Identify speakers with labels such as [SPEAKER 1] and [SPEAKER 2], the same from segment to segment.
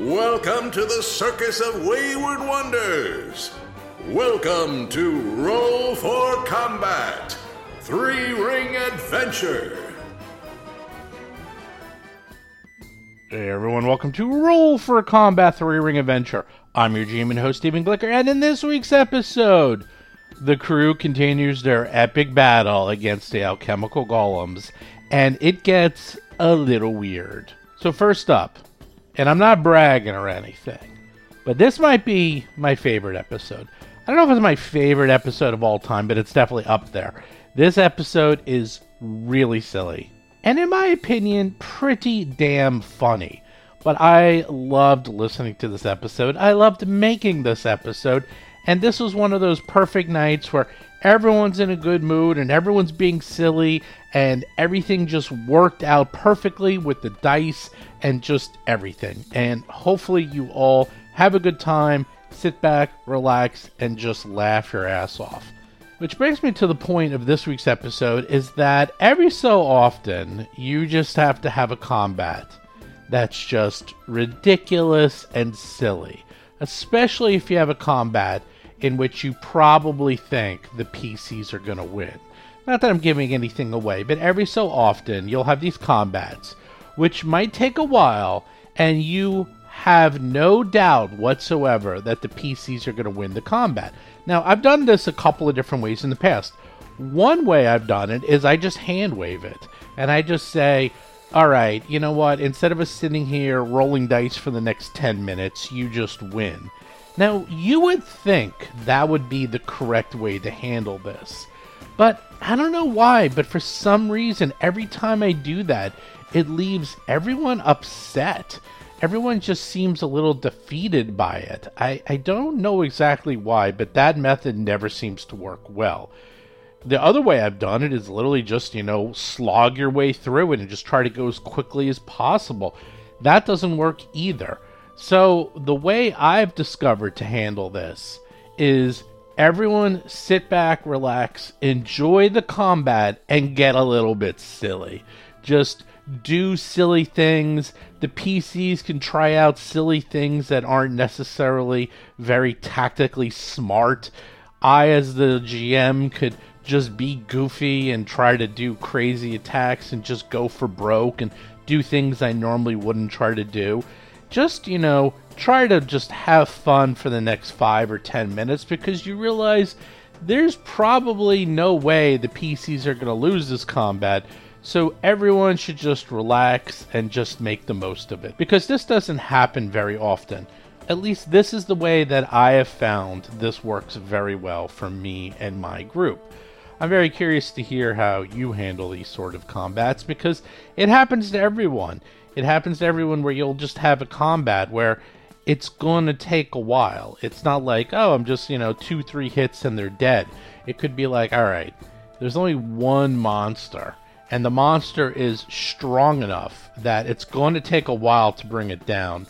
[SPEAKER 1] Welcome to the Circus of Wayward Wonders. Welcome to Roll for Combat Three Ring Adventure.
[SPEAKER 2] Hey everyone, welcome to Roll for a Combat 3 Ring Adventure. I'm your GM and host, Stephen Glicker, and in this week's episode, the crew continues their epic battle against the alchemical golems, and it gets a little weird. So, first up, and I'm not bragging or anything, but this might be my favorite episode. I don't know if it's my favorite episode of all time, but it's definitely up there. This episode is really silly. And in my opinion, pretty damn funny. But I loved listening to this episode. I loved making this episode. And this was one of those perfect nights where everyone's in a good mood and everyone's being silly and everything just worked out perfectly with the dice and just everything. And hopefully, you all have a good time, sit back, relax, and just laugh your ass off. Which brings me to the point of this week's episode is that every so often you just have to have a combat that's just ridiculous and silly, especially if you have a combat in which you probably think the PCs are going to win. Not that I'm giving anything away, but every so often you'll have these combats which might take a while and you have no doubt whatsoever that the PCs are going to win the combat. Now, I've done this a couple of different ways in the past. One way I've done it is I just hand wave it and I just say, all right, you know what? Instead of us sitting here rolling dice for the next 10 minutes, you just win. Now, you would think that would be the correct way to handle this. But I don't know why, but for some reason, every time I do that, it leaves everyone upset. Everyone just seems a little defeated by it. I, I don't know exactly why, but that method never seems to work well. The other way I've done it is literally just, you know, slog your way through it and just try to go as quickly as possible. That doesn't work either. So, the way I've discovered to handle this is everyone sit back, relax, enjoy the combat, and get a little bit silly. Just do silly things. The PCs can try out silly things that aren't necessarily very tactically smart. I, as the GM, could just be goofy and try to do crazy attacks and just go for broke and do things I normally wouldn't try to do. Just, you know, try to just have fun for the next five or ten minutes because you realize there's probably no way the PCs are going to lose this combat. So everyone should just relax and just make the most of it because this doesn't happen very often. At least this is the way that I have found this works very well for me and my group. I'm very curious to hear how you handle these sort of combats because it happens to everyone. It happens to everyone where you'll just have a combat where it's going to take a while. It's not like, oh, I'm just, you know, two, three hits and they're dead. It could be like, all right, there's only one monster, and the monster is strong enough that it's going to take a while to bring it down,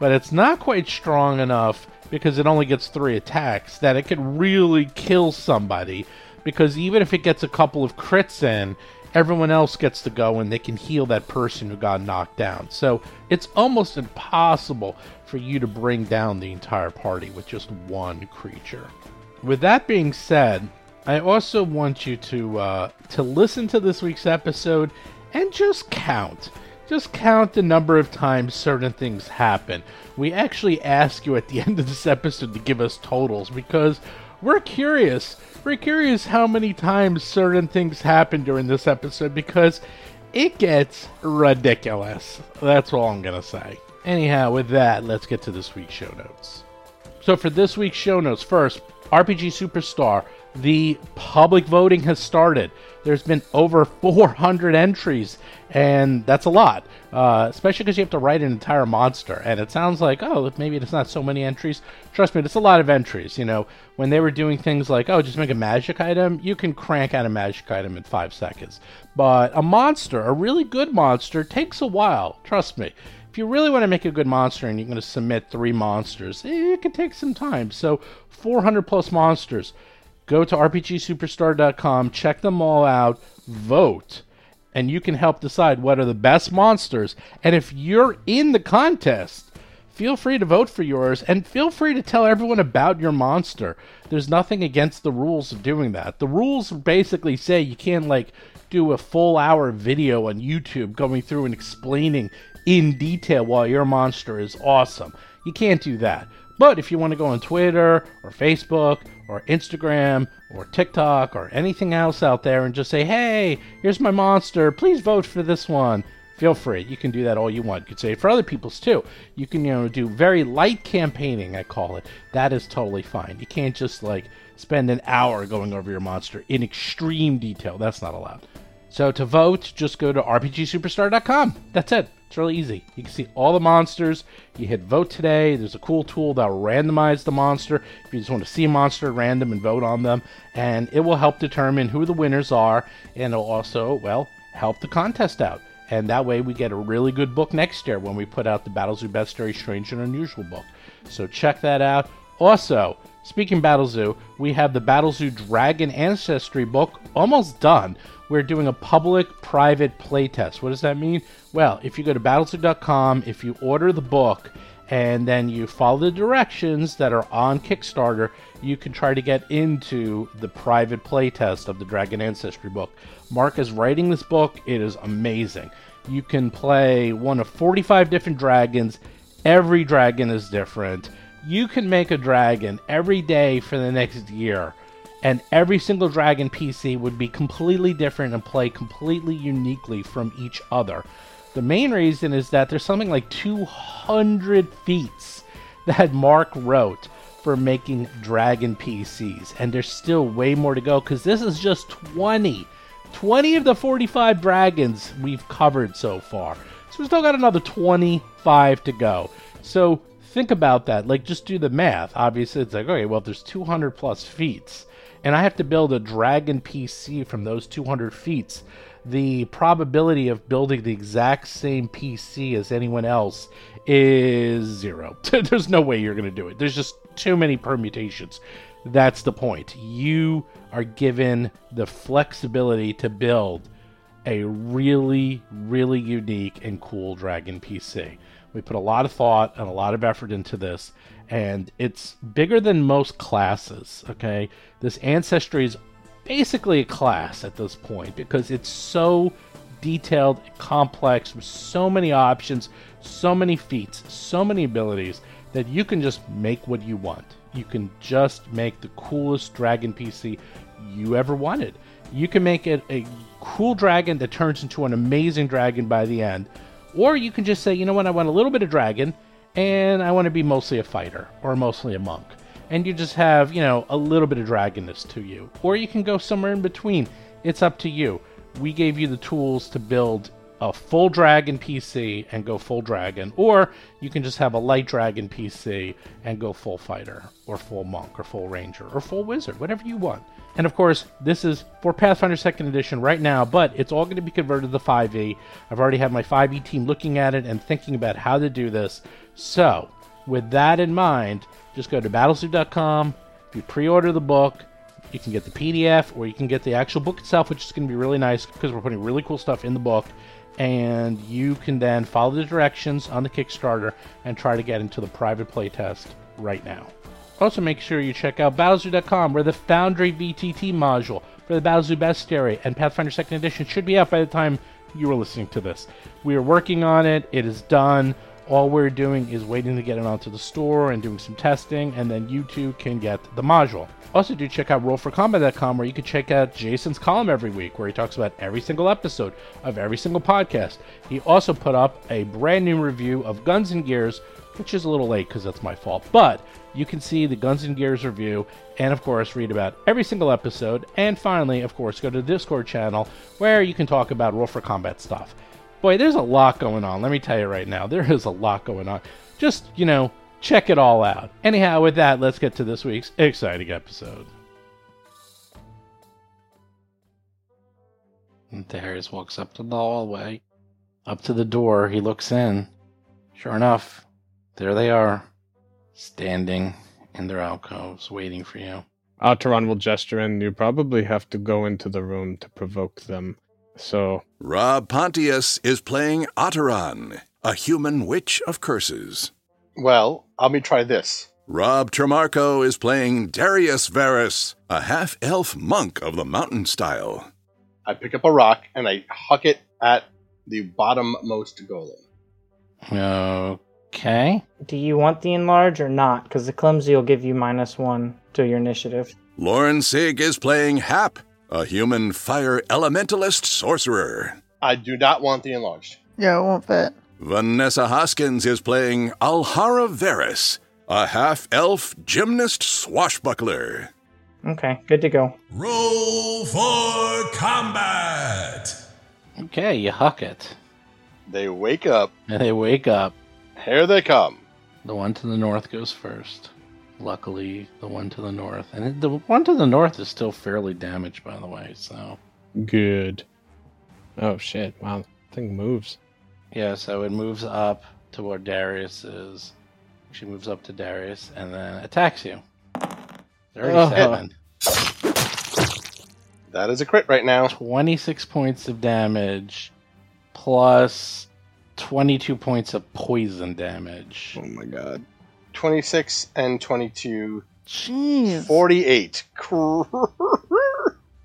[SPEAKER 2] but it's not quite strong enough because it only gets three attacks that it could really kill somebody. Because even if it gets a couple of crits in, everyone else gets to go and they can heal that person who got knocked down. So it's almost impossible for you to bring down the entire party with just one creature. With that being said, I also want you to uh, to listen to this week's episode and just count. Just count the number of times certain things happen. We actually ask you at the end of this episode to give us totals because we're curious. We're curious how many times certain things happen during this episode because it gets ridiculous. That's all I'm going to say. Anyhow, with that, let's get to this week's show notes. So for this week's show notes, first, RPG Superstar, the public voting has started. There's been over 400 entries, and that's a lot, uh, especially because you have to write an entire monster. And it sounds like, oh, maybe it's not so many entries. Trust me, it's a lot of entries. You know, when they were doing things like, oh, just make a magic item, you can crank out a magic item in five seconds. But a monster, a really good monster, takes a while. Trust me if you really want to make a good monster and you're going to submit three monsters, eh, it can take some time. So 400 plus monsters. Go to RPGSuperstar.com, check them all out, vote, and you can help decide what are the best monsters. And if you're in the contest, Feel free to vote for yours and feel free to tell everyone about your monster. There's nothing against the rules of doing that. The rules basically say you can't like do a full hour video on YouTube going through and explaining in detail why your monster is awesome. You can't do that. But if you want to go on Twitter or Facebook or Instagram or TikTok or anything else out there and just say, hey, here's my monster, please vote for this one, feel free. You can do that all you want. You could say it for other people's too. You can, you know, do very light campaigning, I call it. That is totally fine. You can't just like spend an hour going over your monster in extreme detail. That's not allowed. So to vote, just go to rpgsuperstar.com. That's it. It's really easy. You can see all the monsters. You hit vote today. There's a cool tool that'll randomize the monster. If you just want to see a monster at random and vote on them, and it will help determine who the winners are, and it'll also, well, help the contest out. And that way we get a really good book next year when we put out the Battles of Best Very Strange and Unusual book. So check that out. Also, Speaking Battle Zoo, we have the Battle Zoo Dragon Ancestry book almost done. We're doing a public private playtest. What does that mean? Well, if you go to battlezoo.com, if you order the book and then you follow the directions that are on Kickstarter, you can try to get into the private playtest of the Dragon Ancestry book. Mark is writing this book, it is amazing. You can play one of 45 different dragons. Every dragon is different. You can make a dragon every day for the next year, and every single dragon PC would be completely different and play completely uniquely from each other. The main reason is that there's something like 200 feats that Mark wrote for making dragon PCs, and there's still way more to go because this is just 20. 20 of the 45 dragons we've covered so far. So we've still got another 25 to go. So think about that. Like, just do the math. Obviously, it's like, okay, well, if there's 200 plus feats, and I have to build a dragon PC from those 200 feats, the probability of building the exact same PC as anyone else is zero. There's no way you're going to do it. There's just too many permutations. That's the point. You are given the flexibility to build a really, really unique and cool Dragon PC. We put a lot of thought and a lot of effort into this, and it's bigger than most classes, okay? This Ancestry is basically a class at this point because it's so detailed, complex, with so many options, so many feats, so many abilities that you can just make what you want. You can just make the coolest dragon PC you ever wanted. You can make it a cool dragon that turns into an amazing dragon by the end. Or you can just say, you know what, I want a little bit of dragon and I want to be mostly a fighter or mostly a monk. And you just have, you know, a little bit of dragonness to you. Or you can go somewhere in between. It's up to you. We gave you the tools to build a full dragon PC and go full dragon, or you can just have a light dragon PC and go full fighter, or full monk, or full ranger, or full wizard, whatever you want. And of course, this is for Pathfinder 2nd Edition right now, but it's all going to be converted to 5e. I've already had my 5e team looking at it and thinking about how to do this. So, with that in mind, just go to battlesuit.com. If you pre order the book, you can get the PDF or you can get the actual book itself, which is going to be really nice because we're putting really cool stuff in the book. And you can then follow the directions on the Kickstarter and try to get into the private playtest right now. Also, make sure you check out Battlezoo.com, where the Foundry VTT module for the Battlezoo Bestiary and Pathfinder 2nd Edition should be out by the time you are listening to this. We are working on it, it is done. All we're doing is waiting to get it onto the store and doing some testing, and then you two can get the module. Also, do check out RollForCombat.com where you can check out Jason's column every week where he talks about every single episode of every single podcast. He also put up a brand new review of Guns and Gears, which is a little late because that's my fault, but you can see the Guns and Gears review and, of course, read about every single episode. And finally, of course, go to the Discord channel where you can talk about Roll for Combat stuff boy, there's a lot going on. Let me tell you right now, there is a lot going on. Just, you know, check it all out. Anyhow, with that, let's get to this week's exciting episode. And Darius walks up to the hallway, up to the door. He looks in. Sure enough, there they are, standing in their alcoves, waiting for you.
[SPEAKER 3] Alteron will gesture, and you probably have to go into the room to provoke them. So,
[SPEAKER 1] Rob Pontius is playing Otteron, a human witch of curses.
[SPEAKER 4] Well, let me try this.
[SPEAKER 1] Rob Tremarco is playing Darius Varus, a half elf monk of the mountain style.
[SPEAKER 4] I pick up a rock and I huck it at the bottommost golem.
[SPEAKER 2] Okay.
[SPEAKER 5] Do you want the enlarge or not? Because the clumsy will give you minus one to your initiative.
[SPEAKER 1] Lauren Sig is playing Hap, a human fire elementalist sorcerer.
[SPEAKER 4] I do not want the enlarged.
[SPEAKER 6] Yeah, it won't fit.
[SPEAKER 1] Vanessa Hoskins is playing Alhara Varus, a half elf gymnast swashbuckler.
[SPEAKER 5] Okay, good to go.
[SPEAKER 1] Roll for combat!
[SPEAKER 2] Okay, you huck it.
[SPEAKER 4] They wake up.
[SPEAKER 2] And they wake up.
[SPEAKER 4] Here they come.
[SPEAKER 2] The one to the north goes first. Luckily, the one to the north. And it- the one to the north is still fairly damaged, by the way. So,
[SPEAKER 3] Good. Oh shit! Wow, thing moves.
[SPEAKER 2] yeah, so it moves up to where Darius is. She moves up to Darius and then attacks you. 37.
[SPEAKER 4] That is a crit right now.
[SPEAKER 2] 26 points of damage plus 22 points of poison damage.
[SPEAKER 3] Oh my god.
[SPEAKER 4] 26 and 22.
[SPEAKER 6] Jeez.
[SPEAKER 4] 48. Crrrr.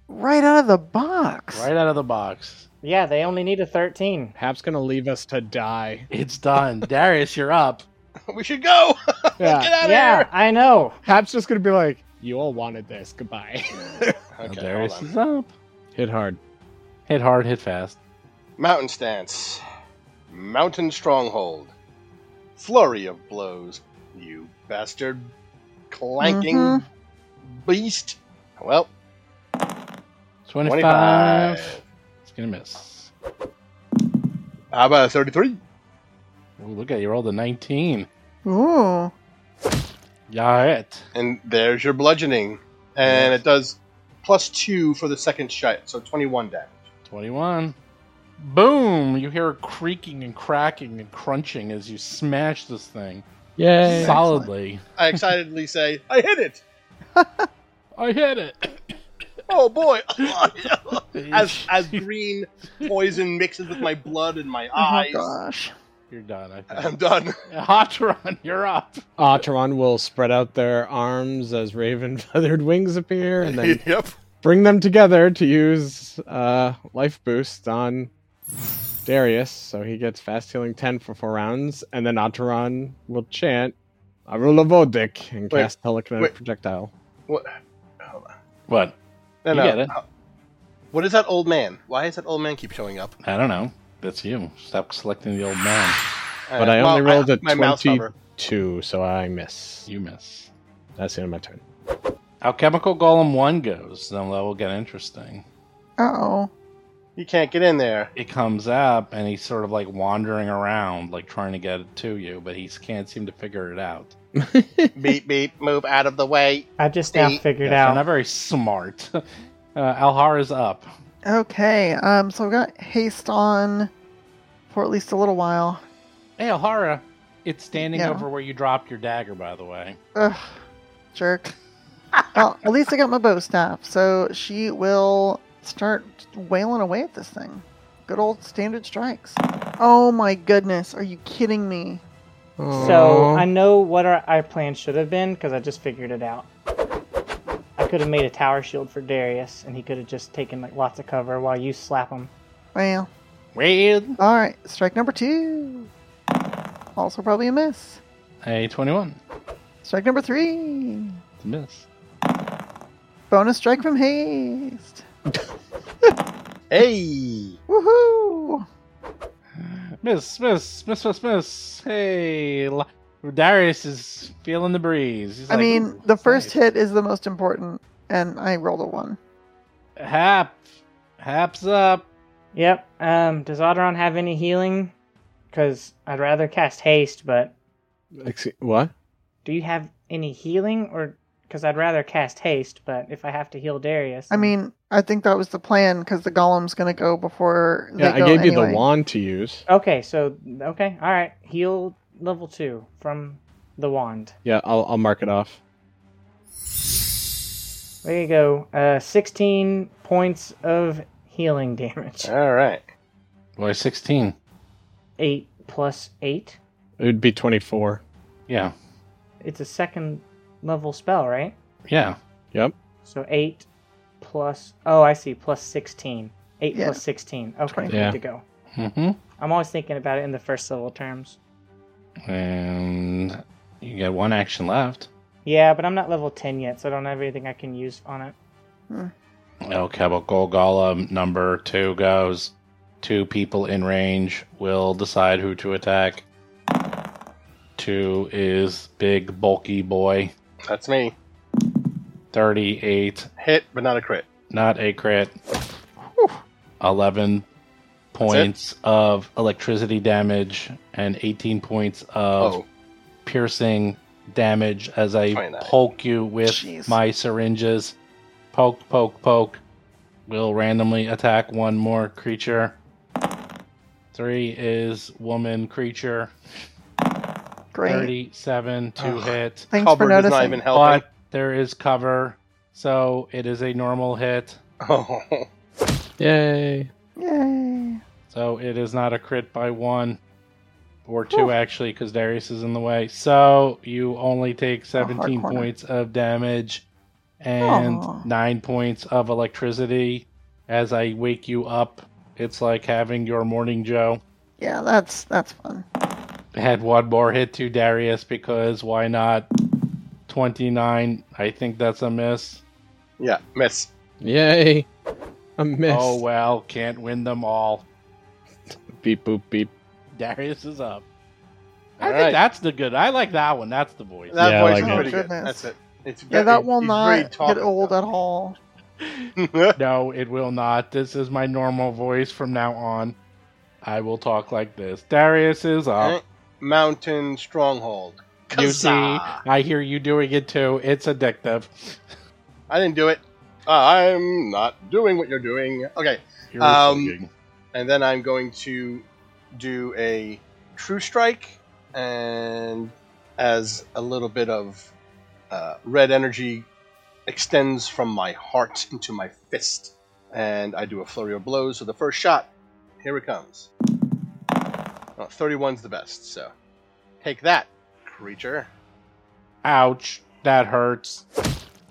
[SPEAKER 6] Right out of the box.
[SPEAKER 2] Right out of the box.
[SPEAKER 5] Yeah, they only need a 13.
[SPEAKER 3] Hap's gonna leave us to die.
[SPEAKER 2] It's done. Darius, you're up.
[SPEAKER 4] we should go. Get
[SPEAKER 3] Yeah.
[SPEAKER 4] out of
[SPEAKER 5] Yeah,
[SPEAKER 4] here.
[SPEAKER 5] I know.
[SPEAKER 3] Hap's just gonna be like, "You all wanted this. Goodbye."
[SPEAKER 4] Okay,
[SPEAKER 2] Darius
[SPEAKER 4] hold on.
[SPEAKER 2] is up.
[SPEAKER 3] Hit hard.
[SPEAKER 2] Hit hard, hit fast.
[SPEAKER 4] Mountain stance. Mountain stronghold. Flurry of blows. You bastard. Clanking
[SPEAKER 6] Mhm.
[SPEAKER 4] beast. Well,
[SPEAKER 2] 25.
[SPEAKER 4] 25.
[SPEAKER 2] It's going to miss.
[SPEAKER 4] How about 33?
[SPEAKER 2] Ooh, look at you rolled a 19.
[SPEAKER 6] Ooh. Oh,
[SPEAKER 2] Yeah, it.
[SPEAKER 4] And there's your bludgeoning. And it does plus two for the second shot, so 21 damage.
[SPEAKER 2] 21. Boom! You hear creaking and cracking and crunching as you smash this thing
[SPEAKER 3] Yay!
[SPEAKER 2] solidly.
[SPEAKER 4] I excitedly say, I hit it!
[SPEAKER 2] I hit it.
[SPEAKER 4] Oh boy! as, as green poison mixes with my blood and my
[SPEAKER 6] Oh my
[SPEAKER 4] eyes.
[SPEAKER 6] gosh.
[SPEAKER 2] you're done. I think.
[SPEAKER 4] I'm done.
[SPEAKER 2] Hotron, you're up.
[SPEAKER 3] Otteron will spread out their arms as raven feathered wings appear, and then
[SPEAKER 4] yep.
[SPEAKER 3] bring them together to use uh, life boost on Darius, so he gets fast healing ten for four rounds, and then Otteron will chant Arulavodik and
[SPEAKER 4] Wait,
[SPEAKER 3] cast telekinetic
[SPEAKER 4] wait.
[SPEAKER 3] projectile.
[SPEAKER 4] What,
[SPEAKER 2] What?
[SPEAKER 4] no,
[SPEAKER 2] You
[SPEAKER 4] no.
[SPEAKER 2] get it.
[SPEAKER 4] What is that old man? Why is that old man keep showing up?
[SPEAKER 2] I don't know. That's you. Stop selecting the old man.
[SPEAKER 3] But
[SPEAKER 4] Uh,
[SPEAKER 3] I only rolled a
[SPEAKER 4] a my mouse
[SPEAKER 3] twenty
[SPEAKER 4] hover.
[SPEAKER 3] two, so I miss.
[SPEAKER 2] You miss.
[SPEAKER 3] That's the end of my turn.
[SPEAKER 2] Alchemical Golem 1 goes. Then that will get interesting.
[SPEAKER 6] Uh oh.
[SPEAKER 4] You can't get in there.
[SPEAKER 2] it comes up and he's sort of like wandering around like trying to get it to you but he can't seem to figure it out
[SPEAKER 4] beep beep. Move out of the way.
[SPEAKER 5] I just now
[SPEAKER 4] Eight.
[SPEAKER 5] figured
[SPEAKER 2] yeah, so not
[SPEAKER 5] out.
[SPEAKER 2] very smart uh, alhara's up
[SPEAKER 6] Okay. Um. So we got haste on for at least a little while.
[SPEAKER 2] hey alhara it's standing
[SPEAKER 6] Yeah.
[SPEAKER 2] over where you dropped your dagger by the way
[SPEAKER 6] Ugh. Jerk. well, at least I got my bow staff, so she will start wailing away at this thing. Good old standard strikes. Oh my goodness. Are you kidding me?
[SPEAKER 5] So I know what our, our plan should have been because I just figured it out. I could have made a tower shield for Darius, and he could have just taken like lots of cover while you slap him.
[SPEAKER 6] Well,
[SPEAKER 2] well
[SPEAKER 6] all right. Strike number two. Also, probably a miss.
[SPEAKER 2] a 21
[SPEAKER 6] Strike number three.
[SPEAKER 2] It's a miss
[SPEAKER 6] Bonus strike from haste.
[SPEAKER 4] Hey.
[SPEAKER 6] Woohoo!
[SPEAKER 2] miss miss miss miss miss hey Al- darius is feeling the breeze He's
[SPEAKER 6] I
[SPEAKER 2] like,
[SPEAKER 6] mean,
[SPEAKER 2] "Ooh,
[SPEAKER 6] the
[SPEAKER 2] it's
[SPEAKER 6] first
[SPEAKER 2] nice."
[SPEAKER 6] hit is the most important, and I rolled a one.
[SPEAKER 2] hap hap's up
[SPEAKER 5] Yep. Um, does Otteron have any healing? Because I'd rather cast haste, but
[SPEAKER 3] Excuse- what?
[SPEAKER 5] do you have any healing? Or because I'd rather cast haste, but if I have to heal Darius,
[SPEAKER 6] I mean, I think that was the plan because the golem's gonna go before.
[SPEAKER 3] Yeah,
[SPEAKER 6] they
[SPEAKER 3] I
[SPEAKER 6] go
[SPEAKER 3] gave you
[SPEAKER 6] anyway.
[SPEAKER 3] the wand to use.
[SPEAKER 5] Okay, so okay, all right. Heal level two from the wand.
[SPEAKER 3] Yeah, I'll, I'll mark it off.
[SPEAKER 5] There you go. Uh, sixteen points of healing damage.
[SPEAKER 6] Ah.
[SPEAKER 4] All right.
[SPEAKER 2] boy 16
[SPEAKER 5] Eight plus eight.
[SPEAKER 3] It would be 24.
[SPEAKER 2] Yeah.
[SPEAKER 5] It's a second level spell, right?
[SPEAKER 2] Yeah.
[SPEAKER 3] Yep.
[SPEAKER 5] So eight plus oh, I see, plus sixteen. Eight
[SPEAKER 6] Yeah.
[SPEAKER 5] plus sixteen. Okay,
[SPEAKER 6] Twenty.
[SPEAKER 5] good
[SPEAKER 2] Yeah.
[SPEAKER 5] to go.
[SPEAKER 2] Mm-hmm.
[SPEAKER 5] I'm always thinking about it in the first level terms.
[SPEAKER 2] And you got one action left.
[SPEAKER 5] Yeah, but I'm not level ten yet, so I don't have anything I can use on it.
[SPEAKER 2] Okay, well, Golgala Oh, number two goes. Two people in range will decide who to attack. Two is big, bulky boy.
[SPEAKER 4] That's me.
[SPEAKER 2] 38,
[SPEAKER 4] Hit, but not a crit.
[SPEAKER 2] not a crit. 11 points of electricity damage and 18 points of
[SPEAKER 4] Oh,
[SPEAKER 2] piercing damage as I
[SPEAKER 4] Try that.
[SPEAKER 2] poke you with
[SPEAKER 6] Jeez.
[SPEAKER 2] my syringes. Poke, poke, poke. We'll randomly attack one more creature. Three is woman creature.
[SPEAKER 6] Great.
[SPEAKER 2] 37 to
[SPEAKER 4] Ugh.
[SPEAKER 2] hit.
[SPEAKER 6] Thanks for
[SPEAKER 4] Hubbard is
[SPEAKER 6] noticing.
[SPEAKER 4] not even helping.
[SPEAKER 2] But there is cover, so it is a normal hit.
[SPEAKER 4] Oh,
[SPEAKER 3] Yay.
[SPEAKER 6] Yay.
[SPEAKER 2] So it is not a crit by one or two, actually, because Darius is in the way. So you only take
[SPEAKER 6] hard
[SPEAKER 2] 17
[SPEAKER 6] corner.
[SPEAKER 2] points of damage and
[SPEAKER 6] Aw.
[SPEAKER 2] nine points of electricity as I wake you up. It's like having your morning Joe.
[SPEAKER 6] Yeah, that's that's fun.
[SPEAKER 2] Had one more hit to Darius because why not? 29. I think that's a miss.
[SPEAKER 4] yeah, miss.
[SPEAKER 3] Yay. I missed.
[SPEAKER 2] Oh, well, can't win them all.
[SPEAKER 3] Beep boop beep.
[SPEAKER 2] Darius is up. I
[SPEAKER 4] All
[SPEAKER 2] think
[SPEAKER 4] right.
[SPEAKER 2] that's the good. I like that one. That's the voice.
[SPEAKER 4] That
[SPEAKER 3] Yeah, I
[SPEAKER 4] voice
[SPEAKER 3] like
[SPEAKER 4] is
[SPEAKER 3] it.
[SPEAKER 4] pretty good.
[SPEAKER 6] Goodness.
[SPEAKER 4] That's it. It's
[SPEAKER 6] Yeah,
[SPEAKER 4] very-
[SPEAKER 6] that will
[SPEAKER 4] he's very
[SPEAKER 6] not get
[SPEAKER 4] talkative,
[SPEAKER 6] old
[SPEAKER 4] though.
[SPEAKER 6] at all.
[SPEAKER 2] No, it will not. This is my normal voice from now on. I will talk like this. Darius is up.
[SPEAKER 4] Mountain stronghold.
[SPEAKER 2] You see,
[SPEAKER 4] Kazaa.
[SPEAKER 2] I hear you doing it too. It's addictive.
[SPEAKER 4] I didn't do it. Uh, I'm not doing what you're doing. Okay,
[SPEAKER 2] You're
[SPEAKER 4] Um,
[SPEAKER 2] singing.
[SPEAKER 4] and then I'm going to do a true strike, and as a little bit of uh, red energy extends from my heart into my fist, and I do a flurry of blows. So the first shot, here it comes. Oh, 31's the best, so take that, creature.
[SPEAKER 2] Ouch, that hurts.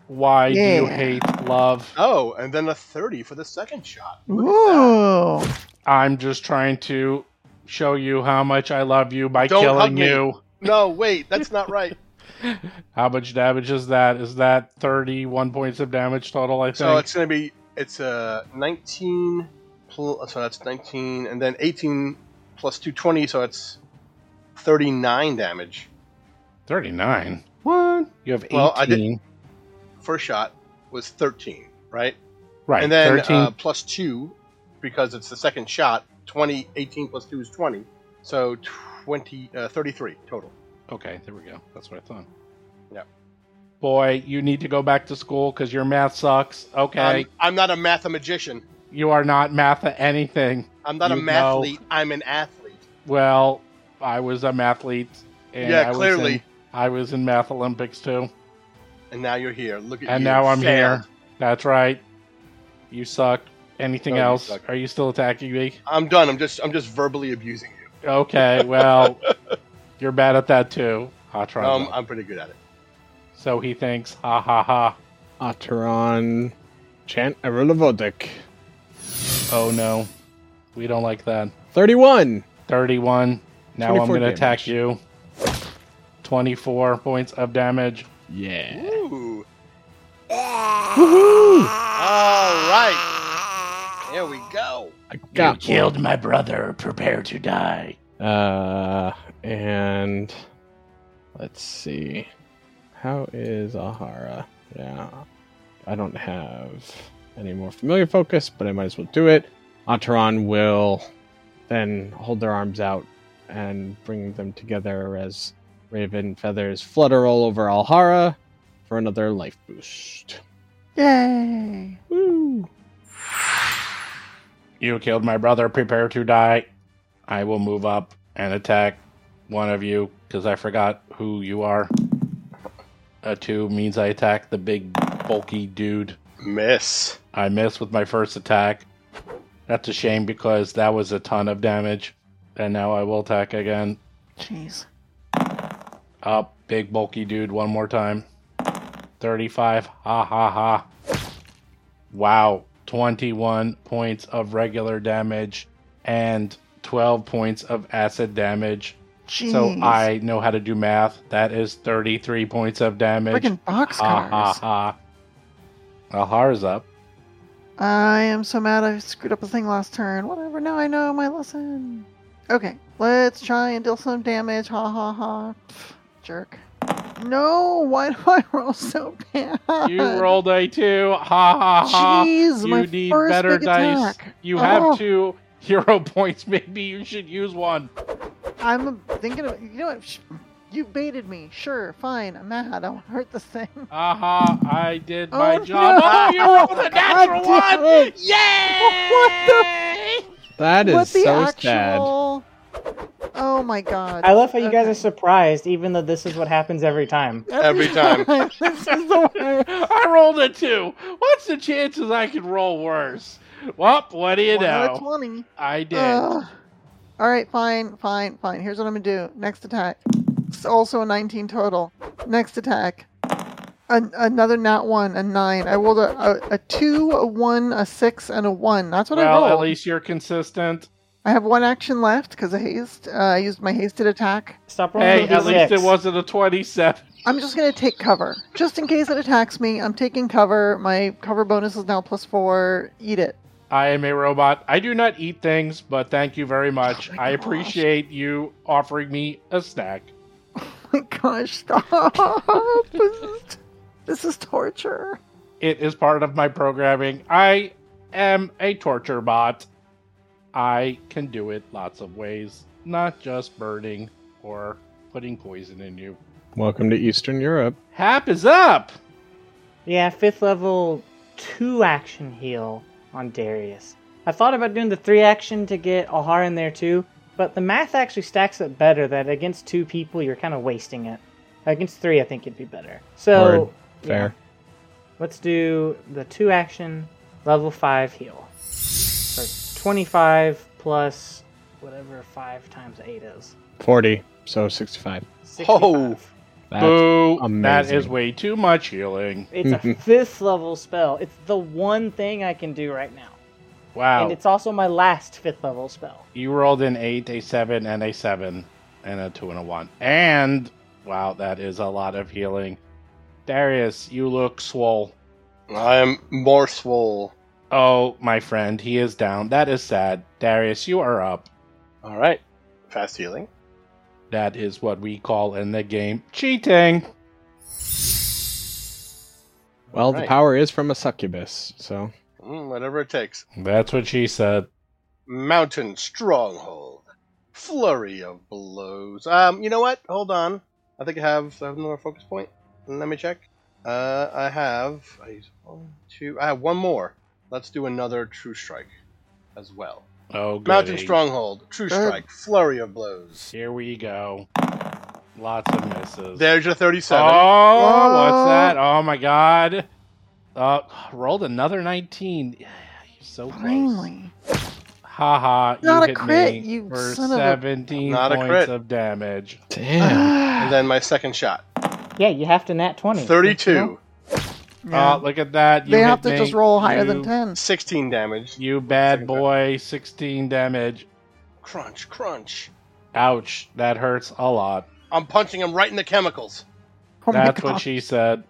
[SPEAKER 2] Why do you
[SPEAKER 6] Yeah.
[SPEAKER 2] hate love?
[SPEAKER 4] Oh, and then a 30 for the second shot.
[SPEAKER 6] Ooh.
[SPEAKER 2] I'm just trying to show you how much I love you by
[SPEAKER 4] Don't hug
[SPEAKER 2] killing
[SPEAKER 4] me.
[SPEAKER 2] you.
[SPEAKER 4] No, wait, that's not right.
[SPEAKER 2] How much damage is that? Is that 31 points of damage total, I think?
[SPEAKER 4] So it's going to be it's a 19 pl- oh, so that's 19 and then 18 plus 220 so it's 39 damage
[SPEAKER 2] 39. What? You have 18.
[SPEAKER 4] Well, I did- first shot was 13, right?
[SPEAKER 2] right,
[SPEAKER 4] and then
[SPEAKER 2] 13
[SPEAKER 4] uh, plus 2 because it's the second shot, 20 18 plus 2 is 20. So 20 uh, 33 total.
[SPEAKER 2] Okay, there we go. That's what I thought.
[SPEAKER 4] Yep.
[SPEAKER 2] Boy, you need to go back to school because your math sucks. Okay,
[SPEAKER 4] I'm, I'm not a mathematician.
[SPEAKER 2] you are not math at anything.
[SPEAKER 4] I'm not a
[SPEAKER 2] You know.
[SPEAKER 4] mathlete. I'm an athlete.
[SPEAKER 2] Well, I was a mathlete. And
[SPEAKER 4] Yeah,
[SPEAKER 2] I was
[SPEAKER 4] clearly.
[SPEAKER 2] in- I was in math Olympics too,
[SPEAKER 4] And now you're here. Look at you.
[SPEAKER 2] and now I'm
[SPEAKER 4] failed.
[SPEAKER 2] here. That's right. You suck. Anything
[SPEAKER 4] No, you
[SPEAKER 2] else?
[SPEAKER 4] suck.
[SPEAKER 2] Are you still attacking me?
[SPEAKER 4] I'm done. I'm just I'm just verbally abusing you.
[SPEAKER 2] Okay, well, you're bad at that too. Hot
[SPEAKER 4] No, Um, I'm, I'm pretty good at it.
[SPEAKER 2] So he thinks, ha ha ha.
[SPEAKER 3] Otteron. Chant Arulavodik.
[SPEAKER 2] Oh no, we don't like that.
[SPEAKER 3] 31.
[SPEAKER 2] 31. Now I'm
[SPEAKER 3] 24
[SPEAKER 2] going to attack
[SPEAKER 3] damage.
[SPEAKER 2] you. 24 points of damage.
[SPEAKER 3] Yeah.
[SPEAKER 4] Ooh. All right. Here we go.
[SPEAKER 3] I got one.
[SPEAKER 2] my brother. Prepare to die.
[SPEAKER 3] Uh, and let's see. How is Ahara? Yeah. I don't have any more familiar focus, but I might as well do it. Ataran will then hold their arms out and bring them together as raven feathers flutter all over Alhara for another life boost.
[SPEAKER 6] Yay.
[SPEAKER 3] Woo!
[SPEAKER 2] You killed my brother. Prepare to die. I will move up and attack one of you because I forgot who you are. A two means I attack the big, bulky dude.
[SPEAKER 4] Miss.
[SPEAKER 2] I miss with my first attack. That's a shame because that was a ton of damage. And now I will attack again.
[SPEAKER 6] Jeez.
[SPEAKER 2] Up, big bulky dude, one more time. 35. Ha ha ha. Wow. 21 points of regular damage and 12 points of acid damage.
[SPEAKER 6] Jeez.
[SPEAKER 2] So I know how to do math. That is 33 points of damage.
[SPEAKER 6] Freaking
[SPEAKER 2] ha ha
[SPEAKER 6] boxcars.
[SPEAKER 2] ha. Alhar's up.
[SPEAKER 6] I am so mad I screwed up a thing last turn. Whatever, now I know my lesson. Okay, let's try and deal some damage. Ha ha ha. Pff, jerk. No, why do I roll so bad?
[SPEAKER 2] You rolled a two. Ha ha ha.
[SPEAKER 6] Jeez,
[SPEAKER 2] you
[SPEAKER 6] my
[SPEAKER 2] need
[SPEAKER 6] first
[SPEAKER 2] better
[SPEAKER 6] big
[SPEAKER 2] dice.
[SPEAKER 6] attack.
[SPEAKER 2] You have
[SPEAKER 6] Oh.
[SPEAKER 2] two hero points. Maybe you should use one.
[SPEAKER 6] I'm thinking of you know what? Sh- You baited me. Sure, fine. I'm mad. I don't hurt this thing.
[SPEAKER 2] Aha, I did my
[SPEAKER 6] Oh,
[SPEAKER 2] job.
[SPEAKER 6] no.
[SPEAKER 2] Oh, you rolled a
[SPEAKER 6] God
[SPEAKER 2] natural
[SPEAKER 6] damn
[SPEAKER 2] one!
[SPEAKER 6] it.
[SPEAKER 2] Yay!
[SPEAKER 3] That is
[SPEAKER 6] what the
[SPEAKER 3] so sad.
[SPEAKER 6] actual? Oh my god.
[SPEAKER 5] I love how you guys
[SPEAKER 6] Okay.
[SPEAKER 5] are surprised, even though this is what happens every time.
[SPEAKER 4] Every time.
[SPEAKER 6] this is the worst.
[SPEAKER 2] I rolled a two. What's the chances I could roll worse? Well, what do you
[SPEAKER 6] One out of
[SPEAKER 2] know?
[SPEAKER 6] 20.
[SPEAKER 2] I did.
[SPEAKER 6] Ugh. All right, fine, fine, fine. Here's what I'm gonna do. Next attack. It's also a 19 total. Next attack. An- another nat one, a nine. I rolled a, a, a two, a one, a six, and a one. That's what I
[SPEAKER 2] well,
[SPEAKER 6] rolled.
[SPEAKER 2] at least you're consistent.
[SPEAKER 6] I have one action left because of haste. Uh, I used my hasted attack.
[SPEAKER 5] Stop rolling
[SPEAKER 2] Hey,
[SPEAKER 5] the
[SPEAKER 2] at least it
[SPEAKER 5] six.
[SPEAKER 2] wasn't a 27.
[SPEAKER 6] I'm just gonna take cover, just in case it attacks me. I'm taking cover. My cover bonus is now plus four. Eat it.
[SPEAKER 2] I am a robot. I do not eat things, but thank you very much.
[SPEAKER 6] Oh my
[SPEAKER 2] I
[SPEAKER 6] gosh.
[SPEAKER 2] appreciate you offering me a snack.
[SPEAKER 6] my gosh! Stop. this, is, this is torture.
[SPEAKER 2] It is part of my programming. I am a torture bot. I can do it lots of ways, not just burning or putting poison in you.
[SPEAKER 3] Welcome to Eastern Europe.
[SPEAKER 2] Hap is up.
[SPEAKER 5] Yeah, fifth level, two action heal on Darius. I thought about doing the three action to get Alhar in there too, but the math actually stacks up better that against two people you're kind of wasting it. Against three, I think it'd be better. So,
[SPEAKER 3] Word. Fair.
[SPEAKER 5] let's do the two action level five heal. So 25 plus whatever 5 times 8 is.
[SPEAKER 3] 40, so 65.
[SPEAKER 5] 65.
[SPEAKER 4] Oh.
[SPEAKER 3] That's
[SPEAKER 2] Boo. That
[SPEAKER 3] amazing.
[SPEAKER 2] is way too much healing.
[SPEAKER 5] It's a fifth level spell. It's the one thing I can do right now. And
[SPEAKER 2] Wow.
[SPEAKER 5] it's also my last fifth level spell.
[SPEAKER 2] You rolled an 8, a 7, and a 7, and a 2 and a 1. And, wow, that is a lot of healing. Darius, you look swole.
[SPEAKER 4] I am more swole.
[SPEAKER 2] Oh, my friend, he is down. That is sad. Darius, you are up.
[SPEAKER 4] All right. Fast healing.
[SPEAKER 2] That is what we call in the game cheating.
[SPEAKER 3] Well, the
[SPEAKER 4] Right.
[SPEAKER 3] power is from a succubus, so
[SPEAKER 4] Mm, whatever it takes.
[SPEAKER 2] That's what she said.
[SPEAKER 4] Mountain stronghold. Flurry of blows. Um, you know what? Hold on. I think I have I have another focus point. Let me check. Uh, I have I use one, two. I have one more. Let's do another true strike, as well.
[SPEAKER 2] Oh, good.
[SPEAKER 4] Mountain stronghold. True
[SPEAKER 6] Good.
[SPEAKER 4] strike. Flurry of blows.
[SPEAKER 2] Here we go. Lots of misses.
[SPEAKER 4] There's your
[SPEAKER 2] oh,
[SPEAKER 4] thirty-seven.
[SPEAKER 2] what's
[SPEAKER 6] Oh.
[SPEAKER 2] that? Oh my God! Uh, rolled another nineteen. You're so close.
[SPEAKER 6] Finally.
[SPEAKER 2] Ha ha!
[SPEAKER 6] Not
[SPEAKER 2] you
[SPEAKER 6] a
[SPEAKER 2] hit
[SPEAKER 6] crit,
[SPEAKER 2] me
[SPEAKER 6] you
[SPEAKER 2] for
[SPEAKER 6] son of a-
[SPEAKER 2] seventeen
[SPEAKER 4] Not a
[SPEAKER 2] points
[SPEAKER 4] crit.
[SPEAKER 2] of damage. Uh,
[SPEAKER 3] damn.
[SPEAKER 4] And then my second shot.
[SPEAKER 5] Yeah, you have to nat 20. You know?
[SPEAKER 4] Thirty-two.
[SPEAKER 6] Yeah.
[SPEAKER 2] Oh, look at that! You
[SPEAKER 6] they have
[SPEAKER 2] hit
[SPEAKER 6] to
[SPEAKER 2] me.
[SPEAKER 6] just roll higher than
[SPEAKER 2] You-
[SPEAKER 6] 10.
[SPEAKER 4] Sixteen damage.
[SPEAKER 2] You bad
[SPEAKER 4] Second
[SPEAKER 2] boy! Sixteen damage.
[SPEAKER 4] Crunch, crunch.
[SPEAKER 2] Ouch! That hurts a lot.
[SPEAKER 4] I'm punching him right in the chemicals.
[SPEAKER 6] Oh my
[SPEAKER 2] That's
[SPEAKER 6] God.
[SPEAKER 2] what she said.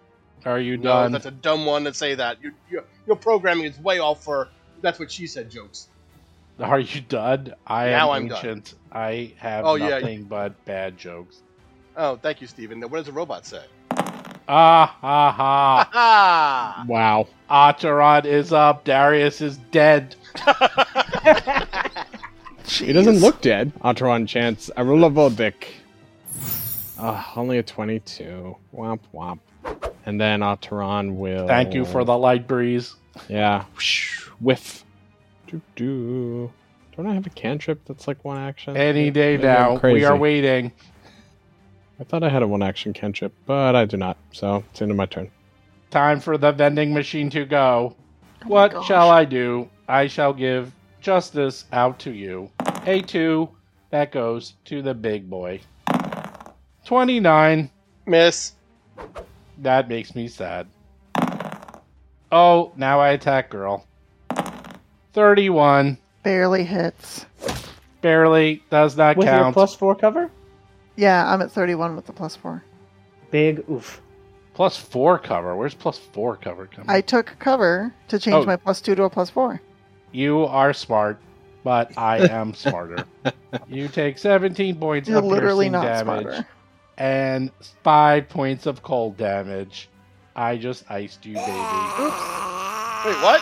[SPEAKER 2] Are you
[SPEAKER 4] No,
[SPEAKER 2] done?
[SPEAKER 4] that's a dumb one to say that. Your, your, your programming is way off for that's what she said jokes.
[SPEAKER 2] Are you done? I
[SPEAKER 4] Now
[SPEAKER 2] am
[SPEAKER 4] I'm done.
[SPEAKER 2] ancient. I have
[SPEAKER 4] Oh, yeah.
[SPEAKER 2] nothing but bad jokes.
[SPEAKER 4] Oh, thank you, Steven. Now, What does a robot say?
[SPEAKER 2] Ah ha ha!
[SPEAKER 4] Ah!
[SPEAKER 3] Wow.
[SPEAKER 2] Acheron is up. Darius is dead.
[SPEAKER 3] He doesn't look dead. Atron chants Arulavodik. Uh, only a 22. Womp womp. And then Atron will.
[SPEAKER 2] Thank you for the light breeze.
[SPEAKER 3] Yeah. Whoosh, Whiff. Doo doo. Don't I have a cantrip that's like one action?
[SPEAKER 2] Any day
[SPEAKER 3] Maybe I'm
[SPEAKER 2] now. We are
[SPEAKER 3] crazy.
[SPEAKER 2] waiting.
[SPEAKER 3] I thought I had a one action cantrip, but I do not. So it's into my turn.
[SPEAKER 2] Time for the vending machine to go.
[SPEAKER 6] Oh my
[SPEAKER 2] what
[SPEAKER 6] gosh.
[SPEAKER 2] shall I do? I shall give justice out to you. A2. That goes to the big boy. 29.
[SPEAKER 4] Miss.
[SPEAKER 2] That makes me sad. Oh, now I attack girl. 31.
[SPEAKER 6] Barely hits.
[SPEAKER 2] Barely. Does not
[SPEAKER 5] With your
[SPEAKER 2] count.
[SPEAKER 5] plus four cover?
[SPEAKER 6] Yeah, I'm at 31 with the plus four.
[SPEAKER 5] Big oof.
[SPEAKER 2] Plus four cover. Where's plus four cover coming?
[SPEAKER 6] I took cover to change
[SPEAKER 2] Oh.
[SPEAKER 6] my plus two to a plus four.
[SPEAKER 2] You are smart, but I am smarter. you take 17 points
[SPEAKER 6] You're
[SPEAKER 2] of
[SPEAKER 6] literally
[SPEAKER 2] piercing
[SPEAKER 6] not
[SPEAKER 2] damage
[SPEAKER 6] smarter.
[SPEAKER 2] and five points of cold damage. I just iced you, baby.
[SPEAKER 4] Wait, what?
[SPEAKER 5] Well,